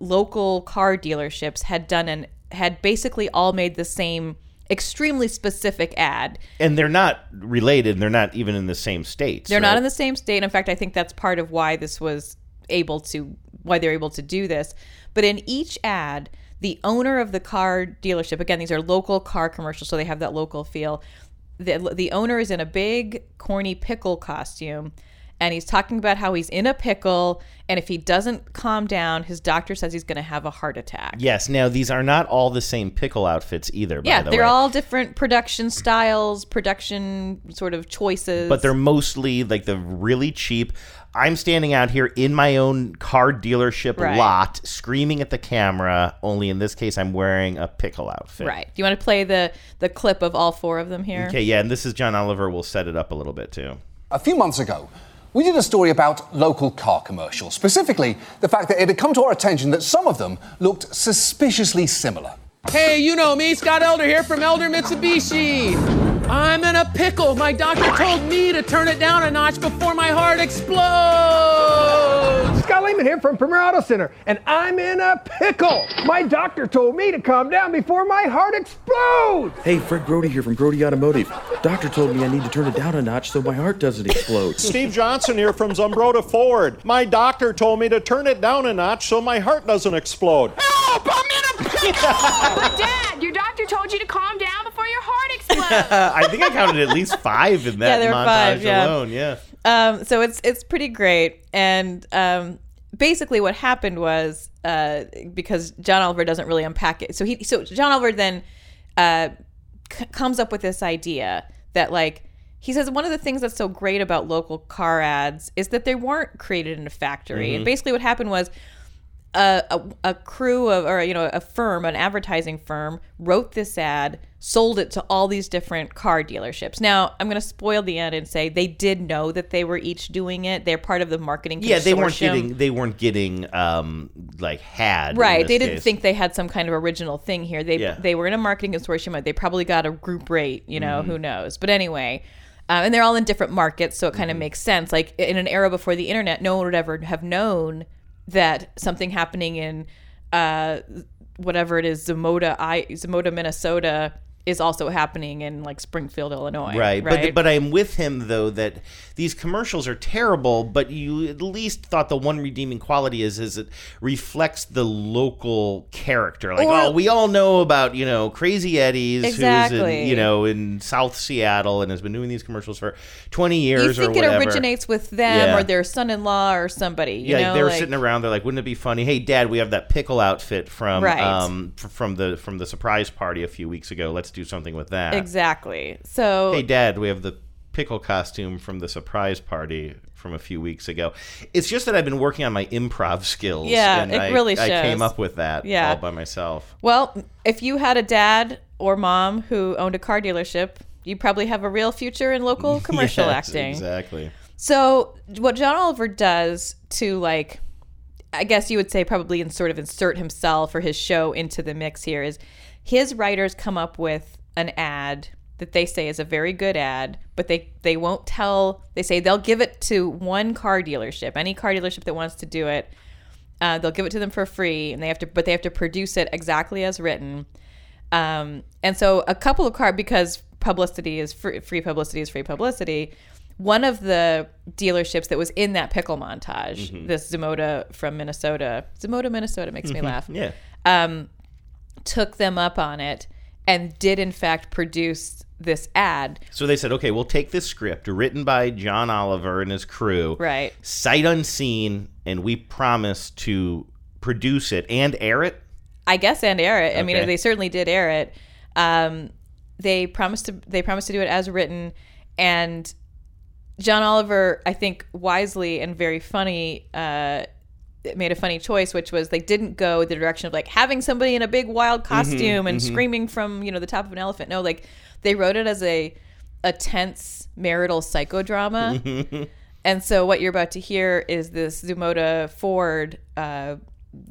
Speaker 7: local car dealerships had done an had basically all made the same extremely specific ad
Speaker 5: And they're not related, and they're not even in the same states.
Speaker 7: they're
Speaker 5: right?
Speaker 7: not in the same state. In fact, I think that's part of why this was able to why they're able to do this. But in each ad, the owner of the car dealership again, these are local car commercials, so they have that local feel. The, the owner is in a big corny pickle costume and he's talking about how he's in a pickle and if he doesn't calm down his doctor says he's going to have a heart attack
Speaker 5: Yes. Now these are not all the same pickle outfits either.
Speaker 7: yeah
Speaker 5: by the
Speaker 7: they're
Speaker 5: way.
Speaker 7: all different production styles production sort of choices
Speaker 5: But they're mostly like the really cheap. I'm standing out here in my own car dealership
Speaker 7: Right.
Speaker 5: lot, screaming at the camera. Only in this case, I'm wearing a pickle outfit.
Speaker 7: Right. Do you want to play the the clip of all four of them here?
Speaker 5: Okay. Yeah, and this is John Oliver. We'll set it up a little bit too.
Speaker 9: A few months ago, we did a story about local car commercials, specifically the fact that it had come to our attention that some of them looked suspiciously similar.
Speaker 11: Hey, you know me, Scott Elder here from Elder Mitsubishi. I'm in a pickle. My doctor told me to turn it down a notch before my heart explodes.
Speaker 12: Scott Lehman here from Premier Auto Center, and I'm in a pickle. My doctor told me to calm down before my heart explodes.
Speaker 25: Hey, Fred Grody here from Grody Automotive. Doctor told me I need to turn it down a notch so my heart doesn't explode.
Speaker 2: Steve Johnson here from Zumbrota Ford. My doctor told me to turn it down a notch so my heart doesn't explode.
Speaker 26: but Dad, your doctor told you to calm down before your heart explodes.
Speaker 5: I think I counted at least five in
Speaker 7: Uh, Yeah,
Speaker 5: that
Speaker 7: there were
Speaker 5: montage
Speaker 7: five, yeah.
Speaker 5: alone. Yeah.
Speaker 7: Um, so it's it's pretty great. And um, basically, what happened was uh, because John Oliver doesn't really unpack it. So he so John Oliver then uh, c- comes up with this idea that like he says one of the things that's so great about local car ads is that they weren't created in a
Speaker 27: Mhm.
Speaker 7: factory.
Speaker 5: Mm-hmm.
Speaker 7: And basically, what happened was a, a, a crew of, or you know, a firm, an advertising firm, wrote this ad, sold it to all these different car dealerships. Now, I'm going to spoil the end and say they did know that they were each doing it. They're part of the marketing.
Speaker 5: Yeah. They weren't
Speaker 7: consortium.
Speaker 5: getting. They weren't getting um like had. in
Speaker 7: Right,
Speaker 5: this
Speaker 7: they didn't
Speaker 5: case.
Speaker 7: think they had some kind of original thing here. They
Speaker 5: Yeah.
Speaker 7: they were in a marketing consortium. They probably got a group rate. You know,
Speaker 5: Mhm.
Speaker 7: who knows? But anyway, um, and they're all in different markets, so it
Speaker 5: Mm-hmm.
Speaker 7: kind of makes sense. Like in an era before the internet, no one would ever have known that something happening in uh, whatever it is, Zamota, I, Zamota, Minnesota, is also happening in like Springfield, Illinois.
Speaker 5: Right, but but I'm with him though that these commercials are terrible. But you at least thought the one redeeming quality is is it reflects the local character. Like,
Speaker 7: Or-
Speaker 5: oh, we all know about you know Crazy Eddie's, who's in,
Speaker 7: Exactly.
Speaker 5: you know in South Seattle and has been doing these commercials for 20 years
Speaker 7: you think
Speaker 5: or
Speaker 7: it
Speaker 5: whatever.
Speaker 7: originates with them
Speaker 5: Yeah.
Speaker 7: or their son-in-law or somebody. You
Speaker 5: yeah,
Speaker 7: know,
Speaker 5: they were
Speaker 7: like-
Speaker 5: sitting around. They're like, "Wouldn't it be funny? Hey, Dad, we have that pickle outfit from
Speaker 7: Right.
Speaker 5: um, f- from the from the surprise party a few weeks ago. Let's do something with that."
Speaker 7: exactly. So
Speaker 5: Hey, Dad, we have the pickle costume from the surprise party from a few weeks ago. It's just that I've been working on my improv skills.
Speaker 7: Yeah,
Speaker 5: and
Speaker 7: it
Speaker 5: I,
Speaker 7: really
Speaker 5: I came
Speaker 7: shows.
Speaker 5: up with that
Speaker 7: Yeah.
Speaker 5: all by myself.
Speaker 7: Well, if you had a dad or mom who owned a car dealership, you probably have a real future in local commercial
Speaker 5: Yes,
Speaker 7: acting.
Speaker 5: Exactly.
Speaker 7: So what John Oliver does to like I guess you would say probably in sort of insert himself or his show into the mix here is his writers come up with an ad that they say is a very good ad, but they they won't tell they say they'll give it to one car dealership, any car dealership that wants to do it. Uh, they'll give it to them for free and they have to but they have to produce it exactly as written. Um, and so a couple of car because publicity is free, free publicity is free publicity. One of the dealerships that was in that pickle montage,
Speaker 28: Mhm.
Speaker 7: this Zemota from Minnesota, Zemota, Minnesota makes me
Speaker 28: Mhm.
Speaker 7: laugh.
Speaker 28: Yeah.
Speaker 7: Um, took them up on it and did in fact produce this ad.
Speaker 5: So they said, okay, we'll take this script written by John Oliver and his crew,
Speaker 7: Right.
Speaker 5: sight unseen, and we promise to produce it and air it.
Speaker 7: I guess and air it. I mean,
Speaker 5: Okay.
Speaker 7: they certainly did air it. Um, they promised to they promised to do it as written, and John Oliver, I think, wisely and very funny, uh, made a funny choice, which was they didn't go the direction of like having somebody in a big wild costume and
Speaker 28: mhm.
Speaker 7: screaming from you know the top of an elephant. No, like they wrote it as a a tense marital psychodrama. And so what you're about to hear is this Zumoda Ford uh,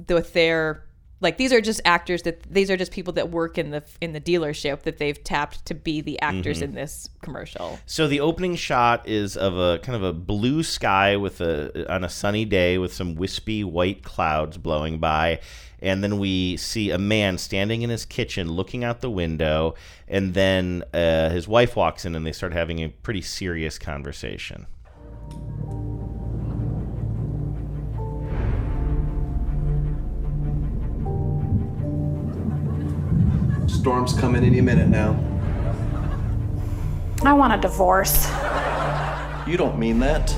Speaker 7: th- with their like these are just actors that these are just people that work in the in the dealership that they've tapped to be the actors
Speaker 5: Mhm.
Speaker 7: in this commercial.
Speaker 5: So the opening shot is of a kind of a blue sky with a on a sunny day with some wispy white clouds blowing by, and then we see a man standing in his kitchen looking out the window, and then uh, his wife walks in and they start having a pretty serious conversation.
Speaker 29: Storm's coming any minute now.
Speaker 8: I want a divorce.
Speaker 29: You don't mean that.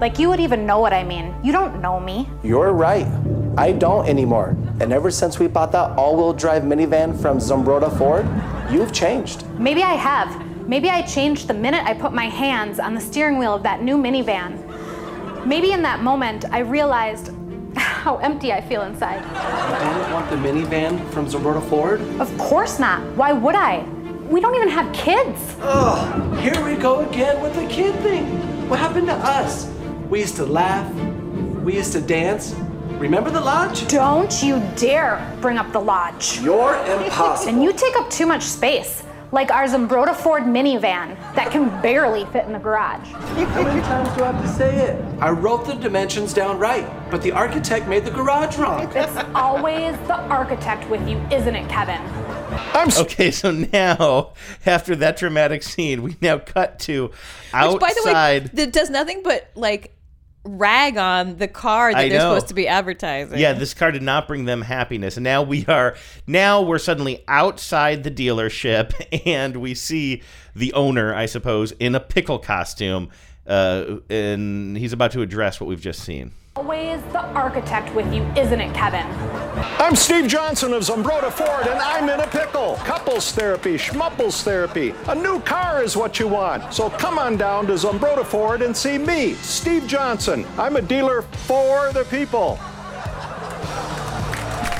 Speaker 8: Like, you would even know what I mean. You don't know me.
Speaker 16: You're right. I don't anymore. And ever since we bought that all wheel drive minivan from Zumbrota Ford, you've changed.
Speaker 8: Maybe I have. Maybe I changed the minute I put my hands on the steering wheel of that new minivan. Maybe in that moment, I realized how empty I feel inside.
Speaker 16: You didn't want the minivan from Zumbrota Ford?
Speaker 8: Of course not. Why would I? We don't even have kids.
Speaker 16: Ugh, here we go again with the kid thing. What happened to us? We used to laugh, we used to dance. Remember the lodge?
Speaker 8: Don't you dare bring up the lodge.
Speaker 16: You're impossible.
Speaker 8: and you take up too much space, like our Zimbrota Ford minivan that can barely fit in the garage.
Speaker 16: How many times do I have to say it? I wrote the dimensions down right, but the architect made the garage wrong.
Speaker 8: It's always the architect with you, isn't it, Kevin?
Speaker 5: okay, so now after that dramatic scene, we now cut to outside.
Speaker 7: Which, by the way, that does nothing but like rag on the car that
Speaker 5: I
Speaker 7: they're
Speaker 5: know.
Speaker 7: supposed to be advertising.
Speaker 5: Yeah, this car did not bring them happiness. And now we are now we're suddenly outside the dealership and we see the owner, I suppose, in a pickle costume. Uh, and he's about to address what we've just seen.
Speaker 8: Always the architect with you, isn't it, Kevin?
Speaker 14: I'm Steve Johnson of Zumbrota Ford, and I'm in a pickle. Oh, Couples therapy, schmupples therapy. A new car is what you want. So come on down to Zumbrota Ford and see me, Steve Johnson. I'm a dealer for the people.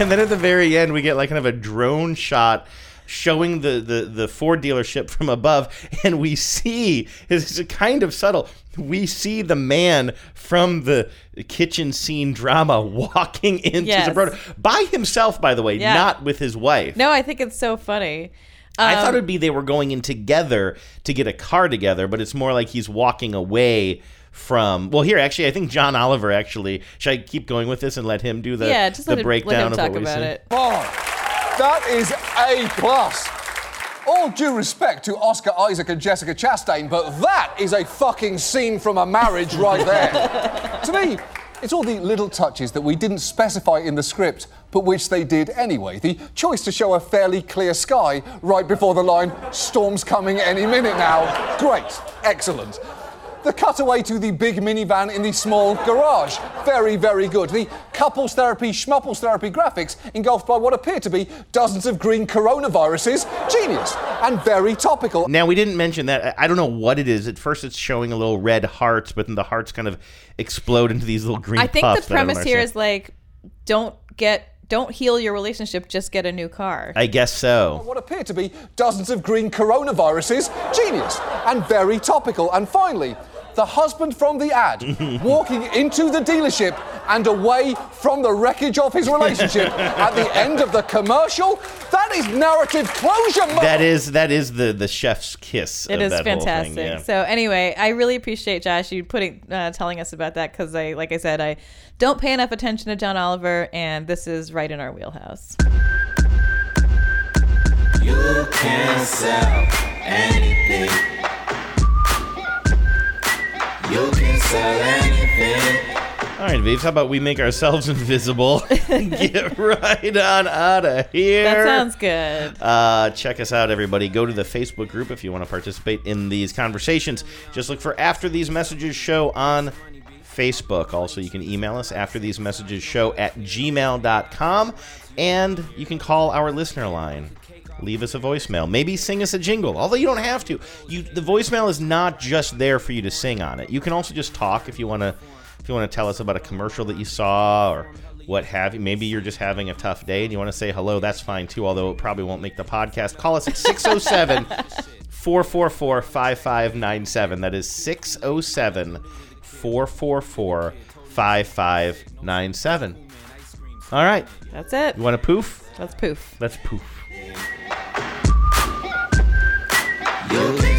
Speaker 5: And then at the very end, we get like kind of a drone shot showing the, the, the Ford dealership from above. And we see, it's kind of subtle, we see the man from the kitchen scene drama walking into
Speaker 7: Yes.
Speaker 5: the road by himself, by the way,
Speaker 7: Yeah.
Speaker 5: not with his wife.
Speaker 7: No, I think it's so funny.
Speaker 5: I
Speaker 7: Um,
Speaker 5: thought it'd be they were going in together to get a car together, but it's more like he's walking away from. Well, here actually, I think John Oliver actually. Should I keep going with this and let him do the
Speaker 7: Yeah, just
Speaker 5: the
Speaker 7: let him- let him
Speaker 5: breakdown of
Speaker 7: talk
Speaker 5: what we
Speaker 7: about
Speaker 5: see?
Speaker 7: it.
Speaker 6: Fine. That is A plus. All due respect to Oscar Isaac and Jessica Chastain, but that is a fucking scene from a marriage right there. to me, it's all the little touches that we didn't specify in the script, but which they did anyway. The choice to show a fairly clear sky right before the line, storm's coming any minute now. Great, excellent.
Speaker 9: The cutaway to the big minivan in the small garage. Very, very good. The couples therapy, schmupples therapy graphics engulfed by what appear to be dozens of green coronaviruses. Genius and very topical.
Speaker 5: Now we didn't mention that. I I don't know what it is. At first, it's showing a little red hearts, but then the hearts kind of explode into these little green.
Speaker 7: I think
Speaker 5: puffs
Speaker 7: the
Speaker 5: that I don't
Speaker 7: premise here
Speaker 5: understand.
Speaker 7: is like, don't get, don't heal your relationship, just get a new car.
Speaker 5: I guess so.
Speaker 9: what appear to be dozens of green coronaviruses. Genius and very topical. And finally, the husband from the ad walking into the dealership and away from the wreckage of his relationship at the end of the commercial. That is narrative closure. Mo-
Speaker 5: That is that is the the chef's kiss.
Speaker 7: It
Speaker 5: of
Speaker 7: is
Speaker 5: that whole thing,
Speaker 7: fantastic.
Speaker 5: yeah.
Speaker 7: So anyway, I really appreciate Josh you putting uh, telling us about that because I, like I said, I don't pay enough attention to John Oliver, and this is right in our wheelhouse.
Speaker 8: You can sell anything. You can sell anything.
Speaker 5: All right, Vives. How about we make ourselves invisible? Get right on out of here.
Speaker 7: That sounds good.
Speaker 5: Uh, check us out, everybody. Go to the Facebook group if you want to participate in these conversations. Just look for After These Messages Show on Facebook. Also, you can email us after these messages show at gmail.com. And you can call our listener line. Leave us a voicemail. Maybe sing us a jingle. Although you don't have to. You the voicemail is not just there for you to sing on it. You can also just talk if you want to if you want to tell us about a commercial that you saw or what have you, maybe you're just having a tough day and you want to say hello, that's fine too, although it probably won't make the podcast. Call us at 607 444 5597. That is 607 444 5597. All right.
Speaker 7: That's it.
Speaker 5: You want to poof?
Speaker 7: Let's poof.
Speaker 5: Let's poof.
Speaker 8: You can